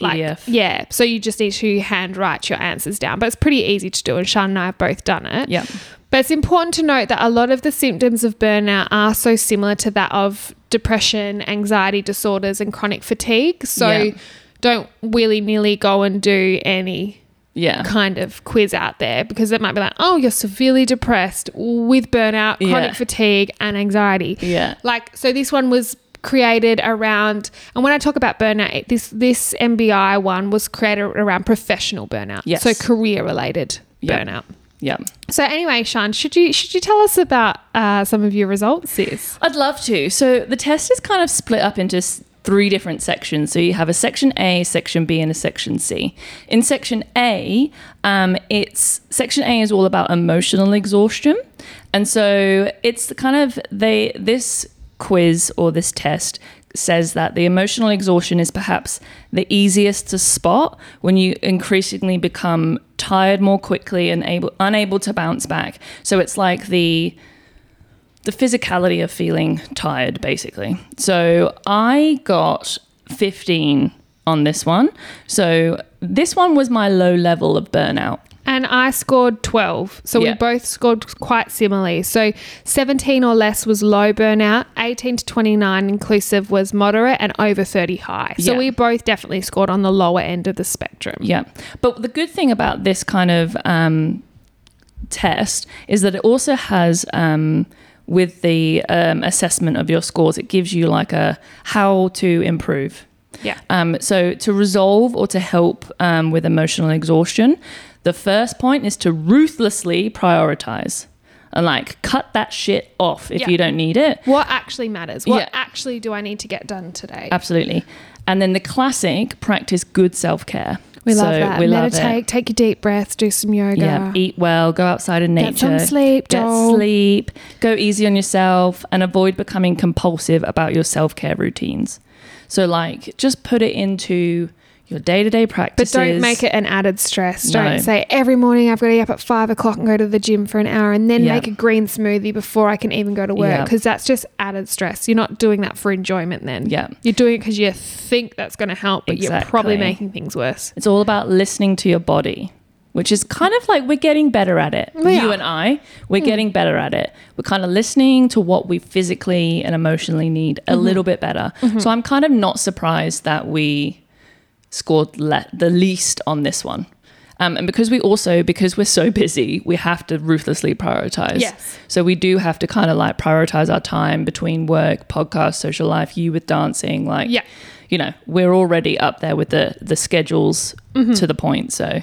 S2: like-
S1: PDF.
S2: yeah, so you just need to handwrite your answers down, but it's pretty easy to do. And Sean and I have both done it.
S1: Yeah.
S2: But it's important to note that a lot of the symptoms of burnout are so similar to that of depression, anxiety disorders, and chronic fatigue. So
S1: Yeah.
S2: don't willy nilly go and do any
S1: yeah.
S2: kind of quiz out there because it might be like, oh, you're severely depressed with burnout,
S1: Yeah.
S2: chronic fatigue, and anxiety.
S1: Yeah.
S2: Like, so this one was created around, and when I talk about burnout, it, this this MBI one was created around professional burnout,
S1: Yes.
S2: so career related
S1: Yeah.
S2: burnout.
S1: Yeah.
S2: So anyway, Sean, should you should you tell us about uh, some of your results? Sis?
S1: I'd love to. So the test is kind of split up into s- three different sections. So you have a section A, section B, and a section C. In section A, um, it's section A is all about emotional exhaustion, and so it's the kind of they this quiz or this test says that the emotional exhaustion is perhaps the easiest to spot when you increasingly become tired more quickly and able unable to bounce back. So it's like the the physicality of feeling tired, basically. So I got 15 on this one. So this one was my low level of burnout.
S2: And I scored 12. So
S1: Yeah.
S2: we both scored quite similarly. So 17 or less was low burnout, 18 to 29 inclusive was moderate, and over 30 high. So
S1: Yeah.
S2: we both definitely scored on the lower end of the spectrum.
S1: Yeah. But the good thing about this kind of um, test is that it also has. Um, with the um, assessment of your scores, it gives you like a how to improve
S2: Yeah.
S1: Um, so, to resolve or to help um, with emotional exhaustion, the first point is to ruthlessly prioritize and like cut that shit off if
S2: Yeah.
S1: you don't need it.
S2: What actually matters? What
S1: Yeah.
S2: actually do I need to get done today?
S1: Absolutely. And then the classic practice good self care.
S2: We love that. Meditate, take your deep breaths, do some yoga.
S1: Yeah, eat well, go outside in nature.
S2: Get some sleep,
S1: Get
S2: doll.
S1: sleep, go easy on yourself, and avoid becoming compulsive about your self care routines. So, like, just put it into your day to day
S2: But
S1: practices.
S2: don't make it an added stress. Don't
S1: No.
S2: say every morning I've got to get up at five o'clock and go to the gym for an hour and then
S1: Yeah.
S2: make a green smoothie before I can even go to work
S1: Yeah.
S2: because that's just added stress. You're not doing that for enjoyment then.
S1: Yeah.
S2: You're doing it because you think that's going to help, but you're probably
S1: Exactly.
S2: making things worse.
S1: It's all about listening to your body, which is kind of like we're getting better at it.
S2: We
S1: you
S2: are. Hmm.
S1: and I, we're getting better at it. We're kind of listening to what we physically and emotionally need a
S2: Mm-hmm.
S1: little bit better. So I'm kind of not surprised that we scored le- the least on this one. Um, and because we also, because we're so busy, we have to ruthlessly prioritize.
S2: Yes.
S1: So we do have to kind of like prioritize our time between work, podcast, social life, you with dancing, like
S2: Yeah.
S1: you know, we're already up there with the the schedules
S2: Mm-hmm.
S1: to the point. So,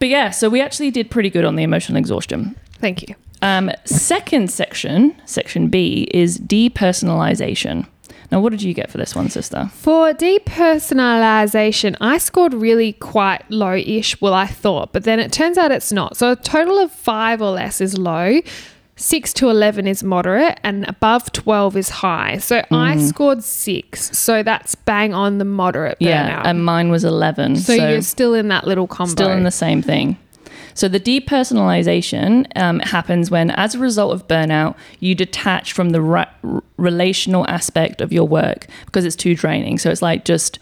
S1: but yeah, so we actually did pretty good on the emotional exhaustion.
S2: Thank you.
S1: Um, second section, section B, is depersonalization. Now, what did you get for this one, sister?
S2: For depersonalization, I scored really quite low ish, well, I thought, but then it turns out it's not. So a total of five or less is low. 6 to 11 is moderate and above 12 is high. So I
S1: Mm-hmm.
S2: scored 6. So that's bang on the moderate burnout.
S1: Yeah, and mine was eleven.
S2: so, you're still in that little combo.
S1: Still in the same thing. So the depersonalization um, happens when, as a result of burnout, you detach from the ra- r- relational aspect of your work because it's too draining. So it's like just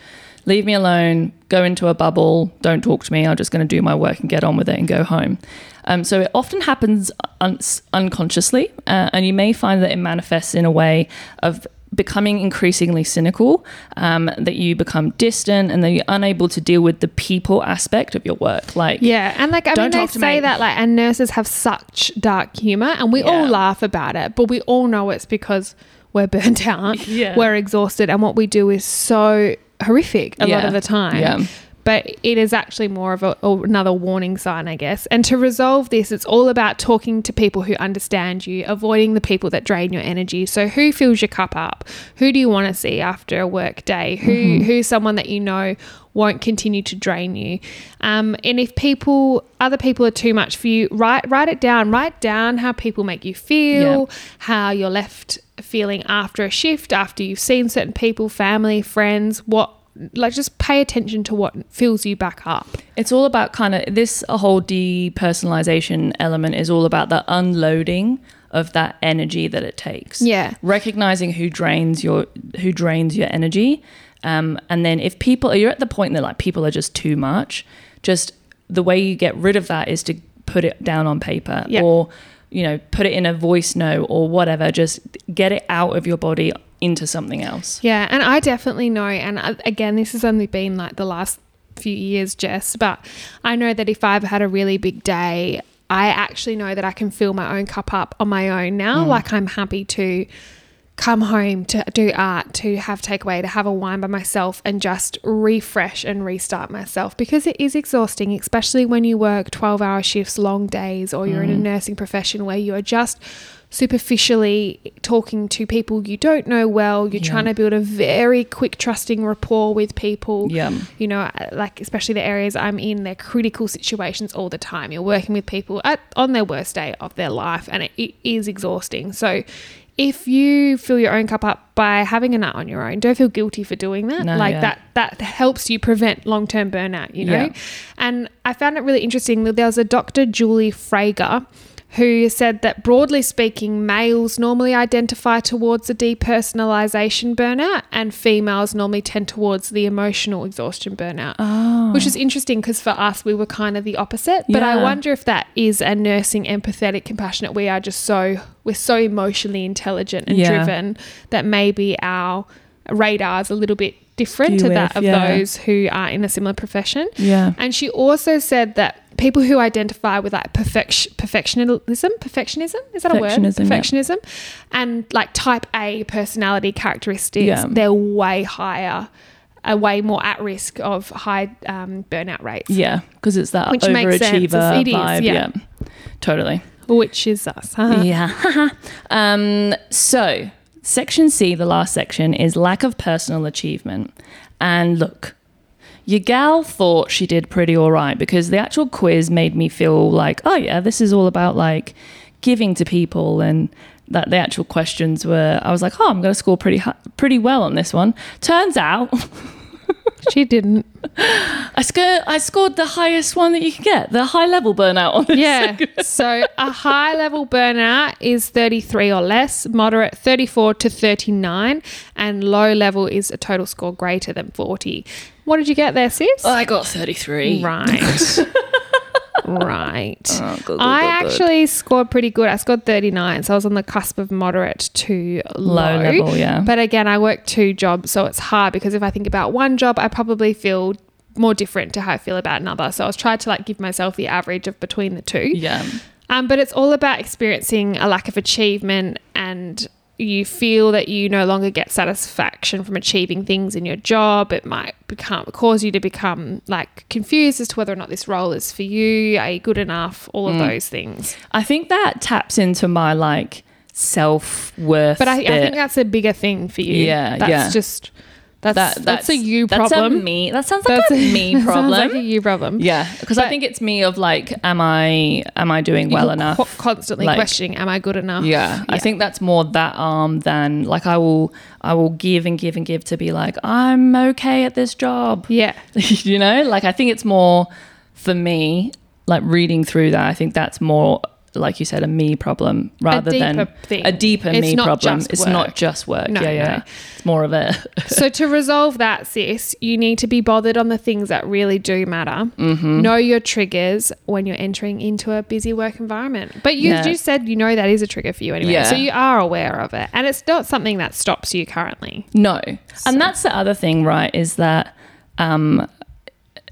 S1: leave me alone, go into a bubble, don't talk to me. I'm just going to do my work and get on with it and go home. Um, so it often happens un- unconsciously, uh, and you may find that it manifests in a way of becoming increasingly cynical, um, that you become distant, and that you're unable to deal with the people aspect of your work. Like,
S2: Yeah, and like I
S1: Don't
S2: mean, they
S1: talk to
S2: say
S1: me.
S2: that like, and nurses have such dark humor, and we all
S1: Yeah.
S2: laugh about it, but we all know it's because we're burnt out,
S1: Yeah.
S2: we're exhausted, and what we do is so horrific a lot
S1: Yeah.
S2: of the time.
S1: Yeah.
S2: But it is actually more of a, or another warning sign, I guess. And to resolve this, it's all about talking to people who understand you, avoiding the people that drain your energy. So, who fills your cup up? Who do you want to see after a work day? Who Who's someone that you know won't continue to drain you? Um, and if people, other people are too much for you, write write it down. Write down how people make you feel, how you're left feeling after a shift, after you've seen certain people, family, friends, what like just pay attention to what fills you back up.
S1: It's all about kind of this whole depersonalization element is all about the unloading of that energy that it takes.
S2: Yeah.
S1: Recognizing who drains your who drains your energy. Um, and then if people you're at the point that like people are just too much, just the way you get rid of that is to put it down on paper
S2: Yeah.
S1: or you know, put it in a voice note or whatever, just get it out of your body into something else.
S2: Yeah, and I definitely know. And I- again, this has only been like the last few years, Jess, but I know that if I've had a really big day, I actually know that I can fill my own cup up on my own now. Like I'm happy to come home to do art, to have takeaway, to have a wine by myself and just refresh and restart myself because it is exhausting, especially when you work 12 hour shifts, long days, or you're in a nursing profession where you are just superficially talking to people you don't know well. You're
S1: Yeah.
S2: trying to build a very quick, trusting rapport with people
S1: Yeah.
S2: you know, uh, like especially the areas I'm in, they're critical situations all the time. You're working with people at, on their worst day of their life, and it, it is exhausting. So, if you fill your own cup up by having a nut on your own, don't feel guilty for doing that.
S1: No,
S2: like
S1: yeah.
S2: that that helps you prevent long term burnout. You know,
S1: Yeah.
S2: and I found it really interesting that there was a Dr. Julie Frager who said that broadly speaking, males normally identify towards the depersonalization burnout and females normally tend towards the emotional exhaustion burnout,
S1: Oh.
S2: which is interesting because for us, we were kind of the opposite. But I
S1: Yeah.
S2: wonder if that is a nursing, empathetic, compassionate. We are just so, we're so emotionally intelligent and
S1: Yeah.
S2: driven that maybe our radar's a little bit different to
S1: Skew
S2: that
S1: if,
S2: of
S1: yeah.
S2: those who are in a similar profession.
S1: Yeah.
S2: And she also said that people who identify with like perfection, perfectionism, perfectionism, is that a word?
S1: Perfectionism, yeah.
S2: Perfectionism. And like type A personality characteristics,
S1: Yeah.
S2: they're way higher, are way more at risk of high um, burnout rates,
S1: Yeah, because it's that
S2: Which
S1: overachiever
S2: makes sense. It's- it is,
S1: vibe.
S2: yeah.
S1: yeah. Totally.
S2: which is us.
S1: Uh-huh.
S2: huh?
S1: Yeah. um, so, section C, the last section, is lack of personal achievement. And look, your gal thought she did pretty all right because the actual quiz made me feel like, oh, yeah, this is all about like giving to people and that the actual questions were I was like, "Oh, I'm going to score pretty hi- pretty well on this one." Turns out,
S2: She didn't.
S1: I scored I scored the highest one that you could get, the high level burnout on this.
S2: Yeah. so a high level burnout is 33 or less, moderate 34 to 39, and low level is a total score greater than 40. What did you get there, sis?
S1: I got 33.
S2: Right. right.
S1: Oh, good, good,
S2: I
S1: good, good.
S2: actually scored pretty good. I scored 39, so I was on the cusp of moderate to low.
S1: low level, yeah.
S2: But again, I work two jobs, so it's hard because if I think about one job, I probably feel more different to how I feel about another. So I was trying to like give myself the average of between the two.
S1: yeah.
S2: Um, but it's all about experiencing a lack of achievement and you feel that you no longer get satisfaction from achieving things in your job. It might become cause you to become like confused as to whether or not this role is for you. Are you good enough? All of
S1: Mm.
S2: those things.
S1: I think that taps into my like self worth.
S2: But I, I think that's a bigger thing for you.
S1: Yeah,
S2: that's
S1: yeah.
S2: just that's that's, a you
S1: that's
S2: problem.
S1: A me. That sounds like a me
S2: that sounds
S1: problem.
S2: like a you problem.
S1: yeah, because I
S2: But-
S1: think it's me of like, am I am I doing well
S2: You're
S1: enough?
S2: co- constantly
S1: Like-
S2: questioning, am I good enough?
S1: yeah, I think that's more that arm than like I will I will give and give and give to be like I'm okay at this job.
S2: yeah.
S1: you know, like I think it's more for me like reading through that. I think that's more like you said a me problem rather than
S2: deeper thing.
S1: a deeper
S2: It's
S1: me
S2: not
S1: problem.
S2: just
S1: It's
S2: work.
S1: not just work.
S2: No,
S1: yeah, yeah.
S2: no.
S1: It's more of a
S2: so to resolve that, sis, you need to be bothered on the things that really do matter.
S1: Mm-hmm.
S2: Know your triggers when you're entering into a busy work environment. But you
S1: Yeah.
S2: you said you know that is a trigger for you anyway,
S1: Yeah.
S2: so you are aware of it, and it's not something that stops you currently.
S1: No. And that's the other thing, right? Is that um,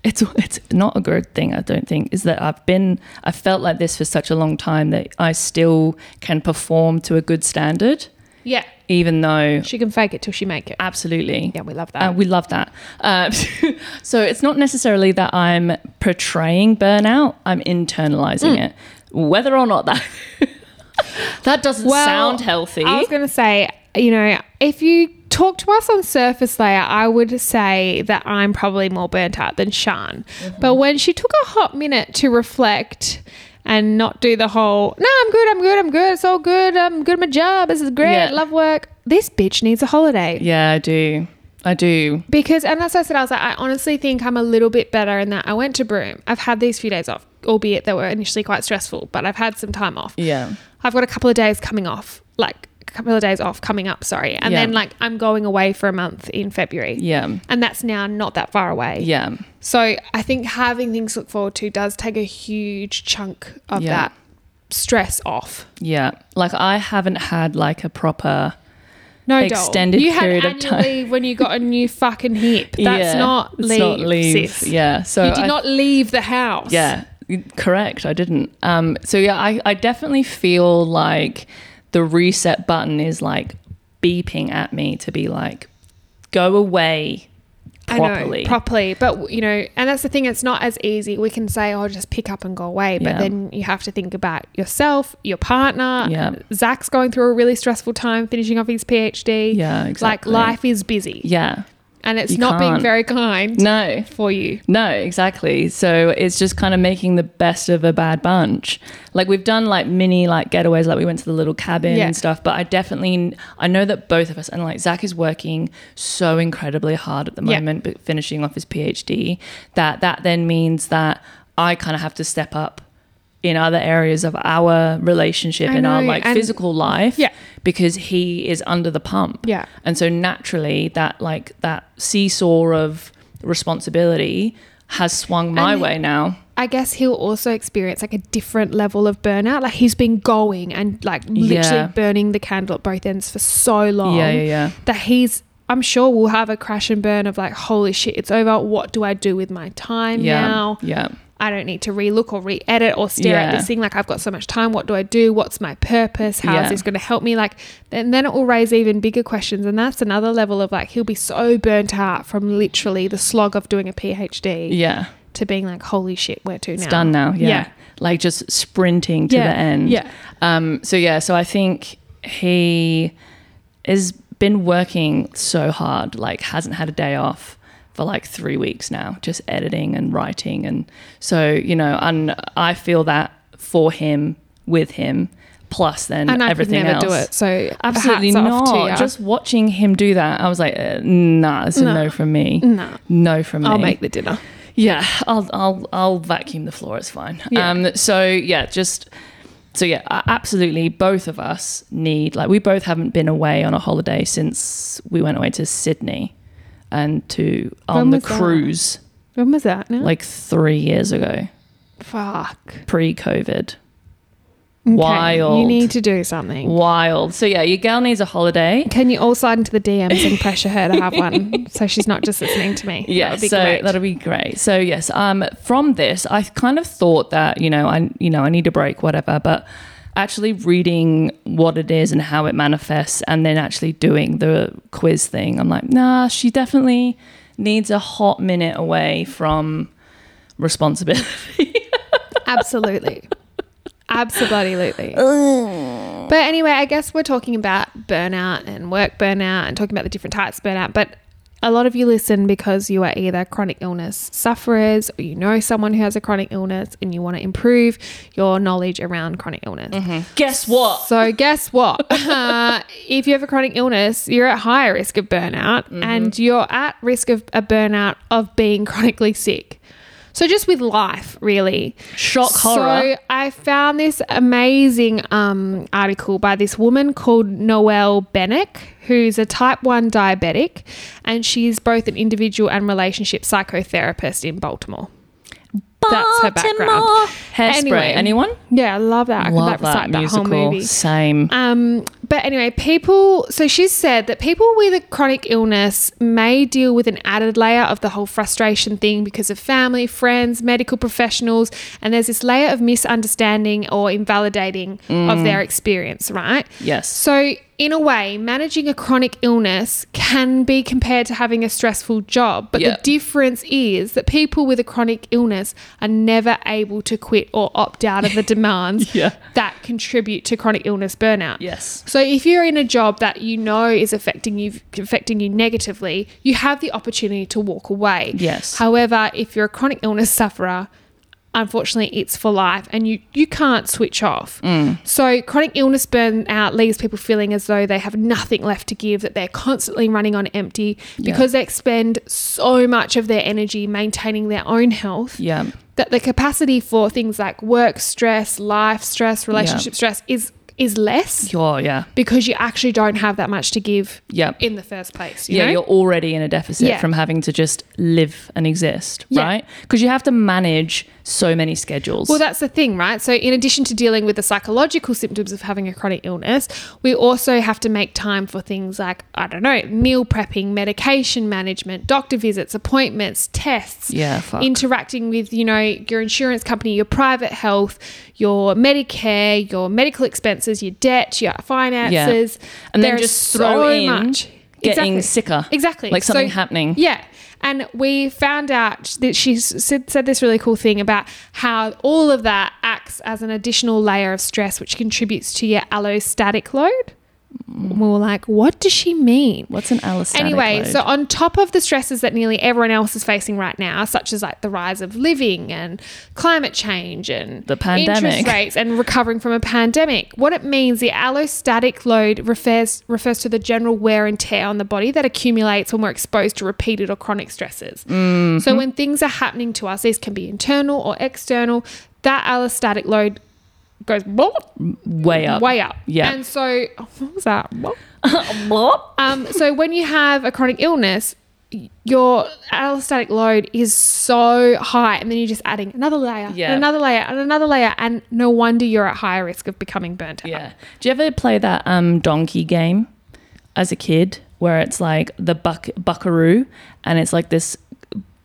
S1: it's it's not a good thing. I don't think is that I've been I felt like this for such a long time that I still can perform to a good standard,
S2: Yeah,
S1: even though
S2: she can fake it till she make it.
S1: absolutely.
S2: Yeah, we love that.
S1: Uh, we love that. Uh, so it's not necessarily that I'm portraying burnout; I'm
S2: Mm.
S1: internalizing it, whether or not that that doesn't
S2: Well,
S1: sound healthy.
S2: I was going to say, you know, if you talk to us on surface layer, I would say that I'm probably more burnt out than Shan.
S1: Mm-hmm.
S2: But when she took a hot minute to reflect and not do the whole, no, I'm good, I'm good, I'm good, it's all good, I'm good at my job, this is great,
S1: Yeah.
S2: love work. This bitch needs a holiday.
S1: yeah, I do. I do.
S2: Because, and that's what I said, I was like, I honestly think I'm a little bit better in that I went to Broome. I've had these few days off, albeit they were initially quite stressful, but I've had some time off.
S1: Yeah.
S2: I've got a couple of days coming off, like a couple of days off coming up, sorry. And
S1: Yeah.
S2: then like I'm going away for a month in February.
S1: Yeah.
S2: And that's now not that far away.
S1: Yeah.
S2: So I think having things to look forward to does take a huge chunk of
S1: Yeah.
S2: that stress off.
S1: Yeah. Like I haven't had like a proper
S2: No
S1: Extended
S2: doll. You
S1: period
S2: had
S1: of
S2: annual
S1: time.
S2: leave when you got a new fucking hip. That's
S1: Yeah,
S2: not
S1: it's
S2: leave.
S1: not leave.
S2: sis.
S1: Yeah. So
S2: you did
S1: I-
S2: not leave the house.
S1: Yeah. Correct. I didn't. Um so yeah, I, I definitely feel like the reset button is like beeping at me to be like, go away properly.
S2: I know, properly. But, you know, and that's the thing, it's not as easy. We can say, oh, just pick up and go away. But
S1: Yeah.
S2: then you have to think about yourself, your partner.
S1: Yeah.
S2: Zach's going through a really stressful time finishing off his PhD.
S1: Yeah, exactly.
S2: Like life is busy
S1: yeah.
S2: and it's
S1: You
S2: not being
S1: can't-
S2: very kind
S1: No.
S2: for you.
S1: No, exactly. So it's just kind of making the best of a bad bunch. Like we've done like mini like getaways, like we went to the little cabin
S2: Yeah.
S1: and stuff. But I definitely I know that both of us and like Zach is working so incredibly hard at the
S2: Yeah.
S1: moment, but finishing off his PhD. That that then means that I kind of have to step up in other areas of our relationship
S2: I
S1: and our
S2: know,
S1: like
S2: and-
S1: physical life
S2: Yeah.
S1: because he is under the pump.
S2: Yeah.
S1: And so naturally that like that seesaw of responsibility has swung my
S2: And-
S1: way now.
S2: I guess he'll also experience like a different level of burnout. Like he's been going and like literally
S1: Yeah.
S2: burning the candle at both ends for so long
S1: yeah, yeah, yeah.
S2: that he's, I'm sure, will have a crash and burn of like, holy shit, it's over. What do I do with my time
S1: Yeah.
S2: now?
S1: Yeah.
S2: I don't need to relook or re edit or stare at
S1: Yeah.
S2: this thing. Like, I've got so much time. What do I do? What's my purpose? How is
S1: Yeah.
S2: this going to help me? Like, then, then it will raise even bigger questions. And that's another level of like, he'll be so burnt out from literally the slog of doing a PhD
S1: Yeah.
S2: to being like, holy shit, where to now?
S1: It's done now. Yeah.
S2: Yeah.
S1: Like just sprinting to
S2: Yeah.
S1: the end.
S2: Yeah.
S1: Um, so yeah, so I think he has been working so hard, like hasn't had a day off for like three weeks now, just editing and writing and so, you know, and I feel that for him, with him, plus then
S2: And I
S1: everything
S2: could never
S1: else.
S2: do it. So,
S1: Absolutely
S2: hats off to
S1: not.
S2: ya.
S1: Just watching him do that, I was like, uh, nah, it's
S2: No.
S1: a no from me.
S2: no.
S1: No from me.
S2: I'll make the dinner.
S1: Yeah, I'll I'll I'll vacuum the floor. It's fine.
S2: Yeah.
S1: Um. So yeah, just so yeah, a- absolutely. Both of us need like we both haven't been away on a holiday since we went away to Sydney, and to on
S2: When
S1: the
S2: was that?
S1: cruise
S2: When was that now?
S1: like three years ago,
S2: fuck.
S1: pre-COVID.
S2: Okay, You
S1: Wild.
S2: need to do something.
S1: Wild. So yeah, your girl needs a holiday.
S2: Can you all slide into the DMs and pressure her to have one so she's not just listening to me?
S1: Yeah,
S2: That'd be
S1: so
S2: great.
S1: that'll be great. So yes, um, from this, I kind of thought that you know, I you know, I need a break, whatever. But actually reading what it is and how it manifests, and then actually doing the quiz thing, I'm like, nah, she definitely needs a hot minute away from responsibility.
S2: Absolutely. Absolutely. but anyway, I guess we're talking about burnout and work burnout and talking about the different types of burnout. But a lot of you listen because you are either chronic illness sufferers or you know someone who has a chronic illness and you want to improve your knowledge around chronic illness.
S1: Guess what?
S2: So, guess what? uh, if you have a chronic illness, you're at higher risk of burnout
S1: Mm-hmm.
S2: and you're at risk of a burnout of being chronically sick. So, just with life, really.
S1: Shock horror.
S2: So I found this amazing um, article by this woman called Noelle Bennick, who's a type 1 diabetic, and she's both an individual and relationship psychotherapist in Baltimore. That's her background.
S1: Hairspray.
S2: Anyway.
S1: Anyone?
S2: Yeah, I love that. I could
S1: Love
S2: recite
S1: that
S2: whole
S1: musical.
S2: movie.
S1: Same.
S2: Um, but anyway, people. So she said that people with a chronic illness may deal with an added layer of the whole frustration thing because of family, friends, medical professionals, and there's this layer of misunderstanding or invalidating of their experience, right?
S1: Mm. Yes.
S2: So, in a way, managing a chronic illness can be compared to having a stressful job, but
S1: Yeah.
S2: the difference is that people with a chronic illness are never able to quit or opt out of the demands
S1: Yeah.
S2: that contribute to chronic illness burnout.
S1: Yes.
S2: So if you're in a job that you know is affecting you affecting you negatively, you have the opportunity to walk away.
S1: Yes.
S2: However, if you're a chronic illness sufferer, unfortunately it's for life and you you can't switch off.
S1: Mm.
S2: So chronic illness burnout leaves people feeling as though they have nothing left to give, that they're constantly running on empty because they expend so much of their energy maintaining their own health
S1: Yeah.
S2: that the capacity for things like work stress, life stress, relationship stress is is less
S1: Sure. Yeah.
S2: because you actually don't have that much to give
S1: Yeah.
S2: in the first place. You
S1: yeah,
S2: know?
S1: you're already in a deficit
S2: Yeah.
S1: from having to just live and exist,
S2: Yeah.
S1: right? Because you have to manage so many schedules.
S2: well, that's the thing, right? So, in addition to dealing with the psychological symptoms of having a chronic illness, we also have to make time for things like, I don't know, meal prepping, medication management, doctor visits, appointments, tests,
S1: yeah, fuck.
S2: interacting with you know your insurance company your private health your medicare your medical expenses finances, your debt, your finances.
S1: And then
S2: There is
S1: just throw in getting
S2: Exactly.
S1: sicker.
S2: Exactly.
S1: Like something
S2: So-
S1: happening.
S2: Yeah. And we found out that she s- said, said this really cool thing about how all of that acts as an additional layer of stress, which contributes to your allostatic load.
S1: Mm.
S2: And we were like, what does she mean?
S1: What's an allostatic
S2: Anyway,
S1: load?
S2: so on top of the stresses that nearly everyone else is facing right now, such as like the rise of living and climate change and
S1: The pandemic.
S2: interest rates and recovering from a pandemic, what it means the allostatic load refers refers to the general wear and tear on the body that accumulates when we're exposed to repeated or chronic stresses. So
S1: Mm-hmm.
S2: when things are happening to us, these can be internal or external. That allostatic load goes blop,
S1: way up.
S2: way up.
S1: Yeah.
S2: And so, oh, what was that? Blop.
S1: Blop.
S2: Um, so when you have a chronic illness, y- your allostatic load is so high, and then you're just adding another layer,
S1: Yeah.
S2: and another layer, and another layer, and no wonder you're at higher risk of becoming burnt out.
S1: Yeah. Do you ever play that um, donkey game as a kid where it's like the buck buckaroo and it's like this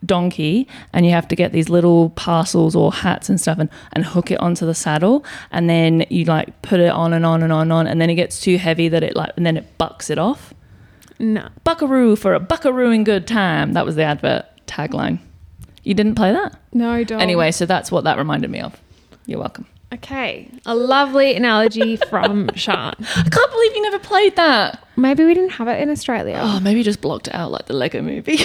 S1: donkey and you have to get these little parcels or hats and stuff and, and hook it onto the saddle and then you like put it on and on and on and on and then it gets too heavy that it like and then it bucks it off.
S2: No,
S1: Buckaroo for a buckaroo in good time. That was the advert tagline. You didn't play that?
S2: no, don't.
S1: Anyway, so that's what that reminded me of. You're welcome.
S2: okay, a lovely analogy from Sean.
S1: I can't believe you never played that.
S2: Maybe we didn't have it in Australia.
S1: Oh, maybe just blocked it out like the Lego movie.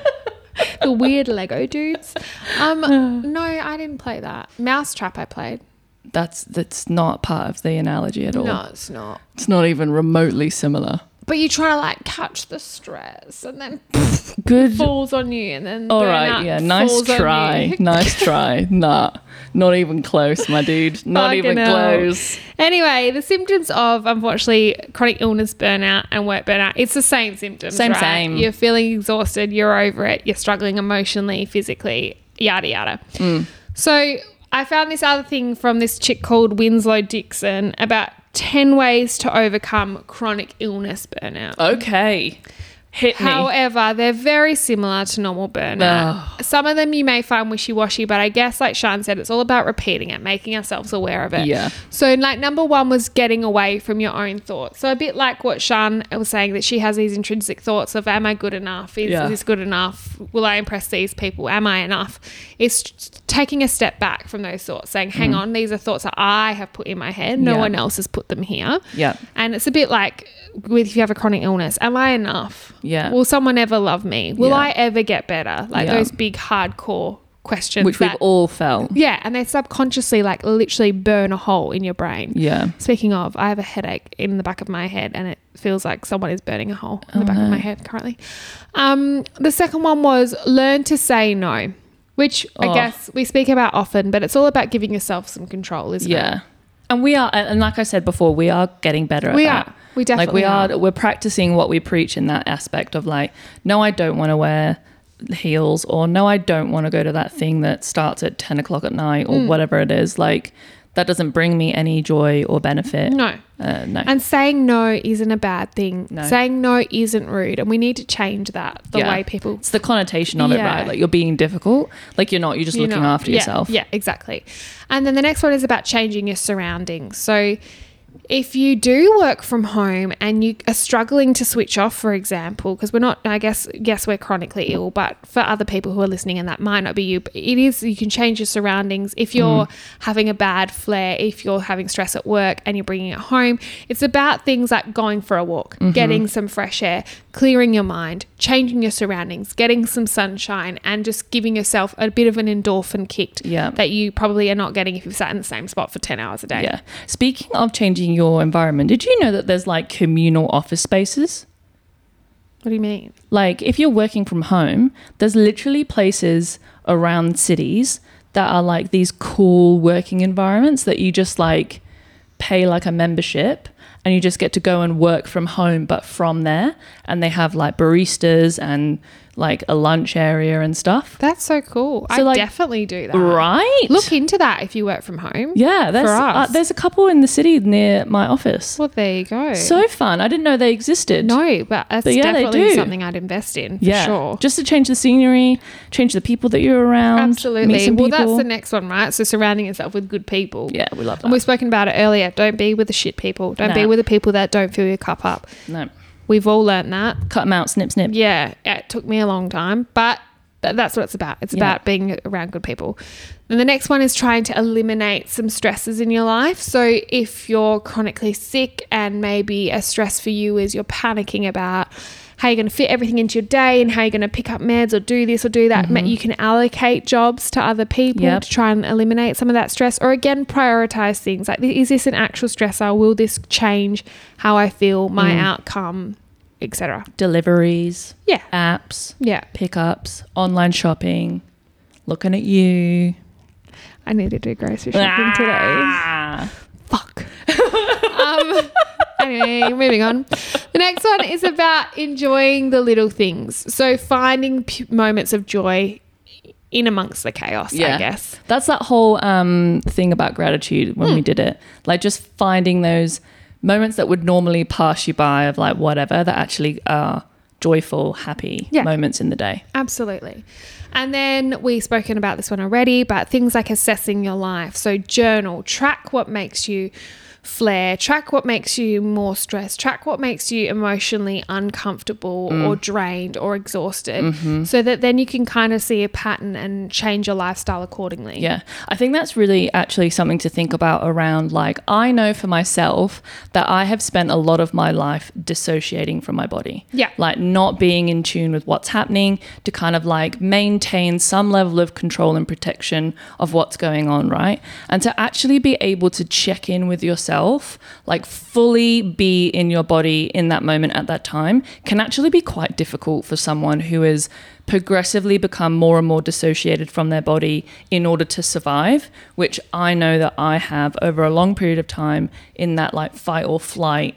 S2: the weird Lego dudes. Um, no, I didn't play that. Mousetrap, I played.
S1: that's that's not part of the analogy at all.
S2: No, it's not.
S1: It's not even remotely similar.
S2: But you try to like catch the stress, and then
S1: Good.
S2: falls on you, and then
S1: all right,
S2: burnout
S1: yeah. Nice
S2: falls on you.
S1: try. Nice try. Nah. Not even close, my dude. Not
S2: Fucking
S1: even
S2: hell.
S1: close.
S2: Anyway, the symptoms of unfortunately chronic illness, burnout, and work burnout, it's the same symptoms.
S1: Same,
S2: right?
S1: same.
S2: You're feeling exhausted, you're over it, you're struggling emotionally, physically, yada, yada.
S1: Mm.
S2: So I found this other thing from this chick called Winslow Dixon about 10 ways to overcome chronic illness burnout.
S1: Okay. e- Hit me.
S2: However, they're very similar to normal burnout. Some of them you may find wishy washy, but I guess, like Sean said, it's all about repeating it, making ourselves aware of it.
S1: Yeah.
S2: So, like, number one was getting away from your own thoughts. So, a bit like what Sean was saying, that she has these intrinsic thoughts of, Am I good enough? Is
S1: Yeah.
S2: this good enough? Will I impress these people? Am I enough? It's taking a step back from those thoughts, saying, Hang on, these are thoughts that I have put in my head. No
S1: Mm. Yeah.
S2: one else has put them here.
S1: Yeah.
S2: And it's a bit like with if you have a chronic illness, am I enough?
S1: Yeah.
S2: Will someone ever love me? Will
S1: Yeah.
S2: I ever get better? Like
S1: Yeah.
S2: those big hardcore questions.
S1: Which we've
S2: that-
S1: all felt.
S2: Yeah, and they subconsciously like literally burn a hole in your brain.
S1: Yeah.
S2: Speaking of, I have a headache in the back of my head and it feels like someone is burning a hole in the
S1: Oh,
S2: back of my head currently. Um, the second one was learn to say no, which I
S1: Oh.
S2: guess we speak about often, but it's all about giving yourself some control, isn't it?
S1: Yeah. And we are and like I said before, we are getting better at
S2: We
S1: that.
S2: are. We definitely
S1: like we
S2: are.
S1: are, we're practicing what we preach in that aspect of like no i don't want to wear heels or no i don't want to go to that thing that starts at 10 o'clock at night
S2: Hmm.
S1: or whatever it is like that doesn't bring me any joy or benefit
S2: No.
S1: uh, no
S2: And saying no isn't a bad thing.
S1: No.
S2: Saying no isn't rude. And we need to change that the
S1: Yeah.
S2: way people.
S1: it's the connotation of it
S2: Yeah.
S1: right like you're being difficult like you're not you're just
S2: you
S1: looking
S2: know.
S1: after
S2: Yeah,
S1: yourself
S2: Yeah, exactly. And then the next one is about changing your surroundings. So if you do work from home and you are struggling to switch off, for example, because we're not, I guess, yes, we're chronically ill, but for other people who are listening, and that might not be you, but it is, you can change your surroundings. If you're having a bad flare, if you're having stress at work and you're bringing it home, it's about things like going for a walk, getting some fresh air, clearing your mind, changing your surroundings, getting some sunshine, and just giving yourself a bit of an endorphin kick
S1: Yeah.
S2: that you probably are not getting if you've sat in the same spot for 10 hours a day.
S1: yeah speaking of changing your environment did you know that there's like communal office spaces
S2: What do you mean?
S1: Like if you're working from home, there's literally places around cities that are like these cool working environments that you just like pay like a membership and you just get to go and work from home, but from there. And they have like baristas and like a lunch area and stuff.
S2: That's so cool. I
S1: So, like,
S2: definitely do that.
S1: Right?
S2: Look into that if you work from home.
S1: yeah, that's,
S2: for us.
S1: Uh, there's a couple in the city near my office.
S2: Well, there you go.
S1: So fun. I didn't know they existed.
S2: no, but that's
S1: But yeah, they
S2: definitely
S1: do.
S2: something I'd invest in for
S1: yeah,
S2: sure.
S1: just to change the scenery, change the people that you're around. meet
S2: Absolutely.
S1: some
S2: Well, that's
S1: people.
S2: the next one, right? So surrounding yourself with good people.
S1: yeah, we love that.
S2: And we've spoken about it earlier. Don't be with the shit people. Don't be
S1: Nah.
S2: with the people that don't fill your cup up.
S1: no,
S2: We've all learned that.
S1: cut them out, snip, snip.
S2: Yeah, it took me a long time, but th- that's what it's about. It's
S1: Yeah.
S2: about being around good people. And the next one is trying to eliminate some stresses in your life. So if you're chronically sick and maybe a stress for you is you're panicking about how you're going to fit everything into your day and how you're going to pick up meds or do this or do that, ma- you can allocate jobs to other people
S1: Mm-hmm. Yep.
S2: to try and eliminate some of that stress or again prioritize things like is this an actual stressor? Will this change how I feel, my
S1: Mm.
S2: outcome, etc.
S1: Deliveries,
S2: Yeah.
S1: apps,
S2: Yeah.
S1: pickups, online shopping, looking at you.
S2: I need to do grocery shopping
S1: Ah.
S2: today. Fuck. um, anyway, moving on. The next one is about enjoying the little things. So finding p- moments of joy in amongst the chaos, I
S1: Yeah.
S2: guess. Hmm.
S1: That's that whole um, thing about gratitude when we did it. Like just finding those moments that would normally pass you by of like whatever that actually are joyful, happy
S2: Yeah.
S1: moments in the day.
S2: Absolutely. And then we've spoken about this one already, but things like assessing your life. So journal, track what makes you flare, track what makes you more stressed, track what makes you emotionally uncomfortable
S1: Mm.
S2: or drained or exhausted,
S1: Mm-hmm.
S2: so that then you can kind of see a pattern and change your lifestyle accordingly.
S1: Yeah. I think that's really actually something to think about around like I know for myself that I have spent a lot of my life dissociating from my body.
S2: Yeah.
S1: Like not being in tune with what's happening to kind of like maintain some level of control and protection of what's going on, right? And to actually be able to check in with yourself, like fully be in your body in that moment at that time can actually be quite difficult for someone who is progressively become more and more dissociated from their body in order to survive, which I know that I have over a long period of time in that like fight or flight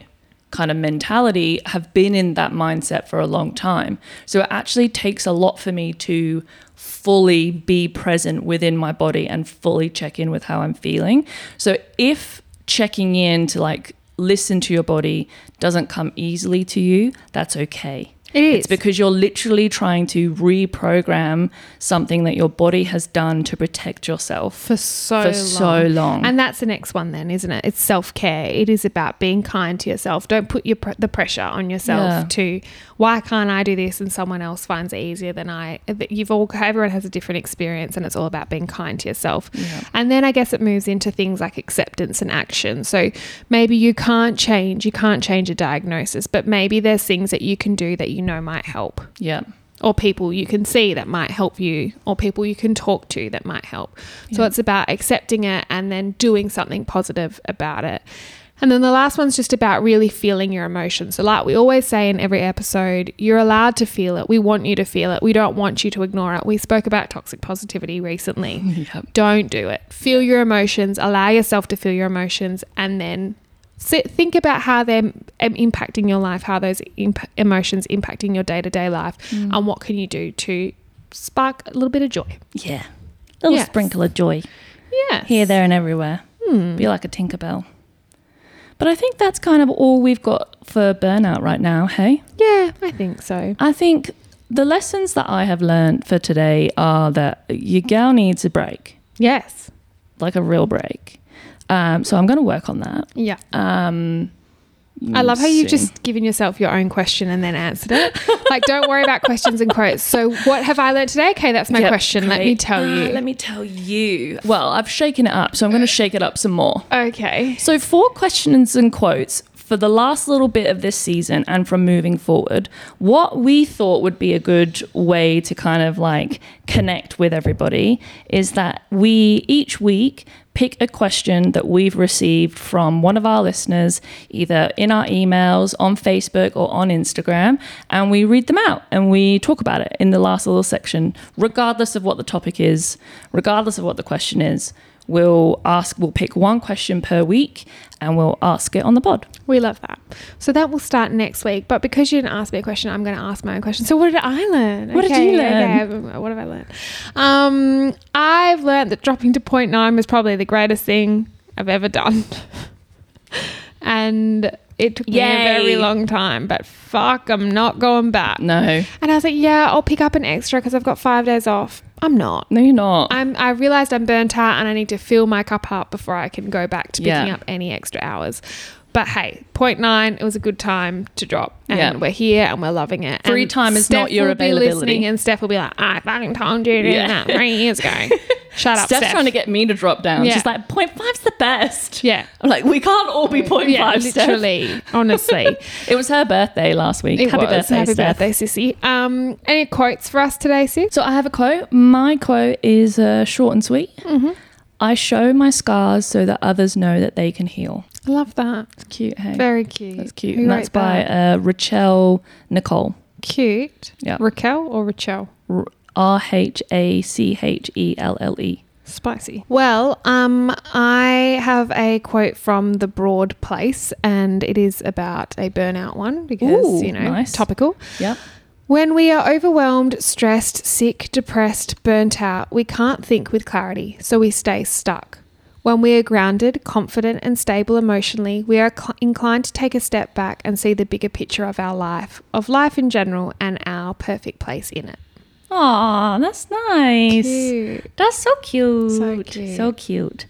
S1: kind of mentality have been in that mindset for a long time. So it actually takes a lot for me to fully be present within my body and fully check in with how I'm feeling. So if checking in to like listen to your body doesn't come easily to you, that's okay.
S2: It is.
S1: It's because you're literally trying to reprogram something that your body has done to protect yourself
S2: For so
S1: for
S2: long.
S1: so long.
S2: And that's the next one, then, isn't it? It's self care. It is about being kind to yourself. Don't put your pr- the pressure on yourself
S1: Yeah.
S2: to why can't I do this and someone else finds it easier than I. That You've all everyone has a different experience, and it's all about being kind to yourself. And then I guess it moves into things like acceptance and action. So maybe you can't change, you can't change a diagnosis, but maybe there's things that you can do that you know might help
S1: yeah.
S2: or people you can see that might help you, or people you can talk to that might help. So it's about accepting it and then doing something positive about it. And then the last one's just about really feeling your emotions. So, like we always say in every episode, you're allowed to feel it. We want you to feel it. We don't want you to ignore it. We spoke about toxic positivity recently.
S1: Yep.
S2: Don't do it. Feel your emotions, allow yourself to feel your emotions, and then sit, think about how they're um, impacting your life, how those imp- emotions impacting your day to day life, and what can you do to spark a little bit of joy.
S1: Yeah. Little
S2: Yes.
S1: sprinkle of joy.
S2: Yeah.
S1: here, there, and everywhere.
S2: Hmm.
S1: Be like a Tinkerbell. But I think that's kind of all we've got for burnout right now, hey?
S2: Yeah, I think so.
S1: I think the lessons that I have learned for today are that your gal needs a break,
S2: Yes.
S1: like a real break. Um, so I'm going to work on that.
S2: Yeah.
S1: Um,
S2: I love how you've
S1: soon.
S2: just given yourself your own question and then answered it. like, don't worry about questions and quotes. So, what have I learned today? Okay, that's my
S1: Yep,
S2: question. Let me
S1: great.
S2: tell
S1: Ah,
S2: you.
S1: Let me tell you. Well, I've shaken it up, so I'm going to shake it up some more.
S2: Okay.
S1: So, four questions and quotes for the last little bit of this season and from moving forward. What we thought would be a good way to kind of like connect with everybody is that we each week pick a question that we've received from one of our listeners, either in our emails, on Facebook, or on Instagram, and we read them out and we talk about it in the last little section, regardless of what the topic is, regardless of what the question is. We'll ask, we'll pick one question per week and we'll ask it on the pod.
S2: We love that. So that will start next week. But because you didn't ask me a question, I'm going to ask my own question. So what did I learn?
S1: What did you learn?
S2: okay, what have I learned? Um, I've learned that dropping to point nine was probably the greatest thing I've ever done, and it took me a
S1: Yay.
S2: very long time. But fuck, I'm not going back.
S1: No,
S2: And I was like, yeah, I'll pick up an extra because I've got five days off. I'm not.
S1: no, you're not.
S2: I'm, I realized I'm burnt out and I need to fill my cup up before I can go back to picking
S1: Yeah.
S2: up any extra hours. But hey, point nine, it was a good time to drop, and
S1: Yeah.
S2: we're here and we're loving it.
S1: Free
S2: And
S1: time is not your
S2: will be
S1: availability.
S2: listening and Steph will be like, "I fucking told you to do
S1: Yeah.
S2: that three years ago." Shut up,
S1: Steph's
S2: Steph.
S1: trying to get me to drop down.
S2: Yeah.
S1: She's like, point five's the best.
S2: yeah,
S1: I'm like, we can't all be point
S2: yeah,
S1: five, Steph.
S2: literally, honestly.
S1: It was her birthday last week.
S2: It
S1: Happy
S2: was.
S1: birthday,
S2: Happy
S1: Steph.
S2: birthday, sissy. Um, any quotes for us today, sis?
S1: So I have a quote. My quote is uh, short and sweet. I show my scars so that others know that they can heal.
S2: I love that.
S1: It's cute, hey?
S2: Very cute.
S1: That's cute.
S2: Who
S1: and that's
S2: wrote
S1: by
S2: that?
S1: uh, Rachel Nicole.
S2: cute.
S1: Yeah.
S2: Raquel or Rachel?
S1: R H A C H E L L E.
S2: Spicy. Well, um, I have a quote from The Broad Place, and it is about a burnout one because,
S1: Ooh,
S2: you know,
S1: nice.
S2: topical.
S1: Yep.
S2: When we are overwhelmed, stressed, sick, depressed, burnt out, we can't think with clarity, so we stay stuck. When we are grounded, confident, and stable emotionally, we are cl- inclined to take a step back and see the bigger picture of our life, of life in general, and our perfect place in it.
S1: Aw, that's nice.
S2: Cute.
S1: That's so cute.
S2: So cute.
S1: So cute.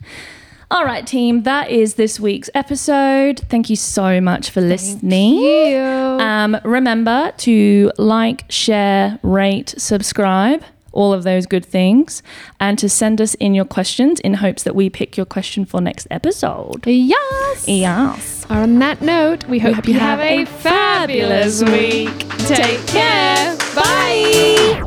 S1: All right, team. That is this week's episode. Thank you so much for listening.
S2: you.
S1: Um, remember to like, share, rate, subscribe, all of those good things, and to send us in your questions in hopes that we pick your question for next episode.
S2: Yes.
S1: Yes.
S2: On that note, we hope, you have, a fabulous week. Take care. Bye.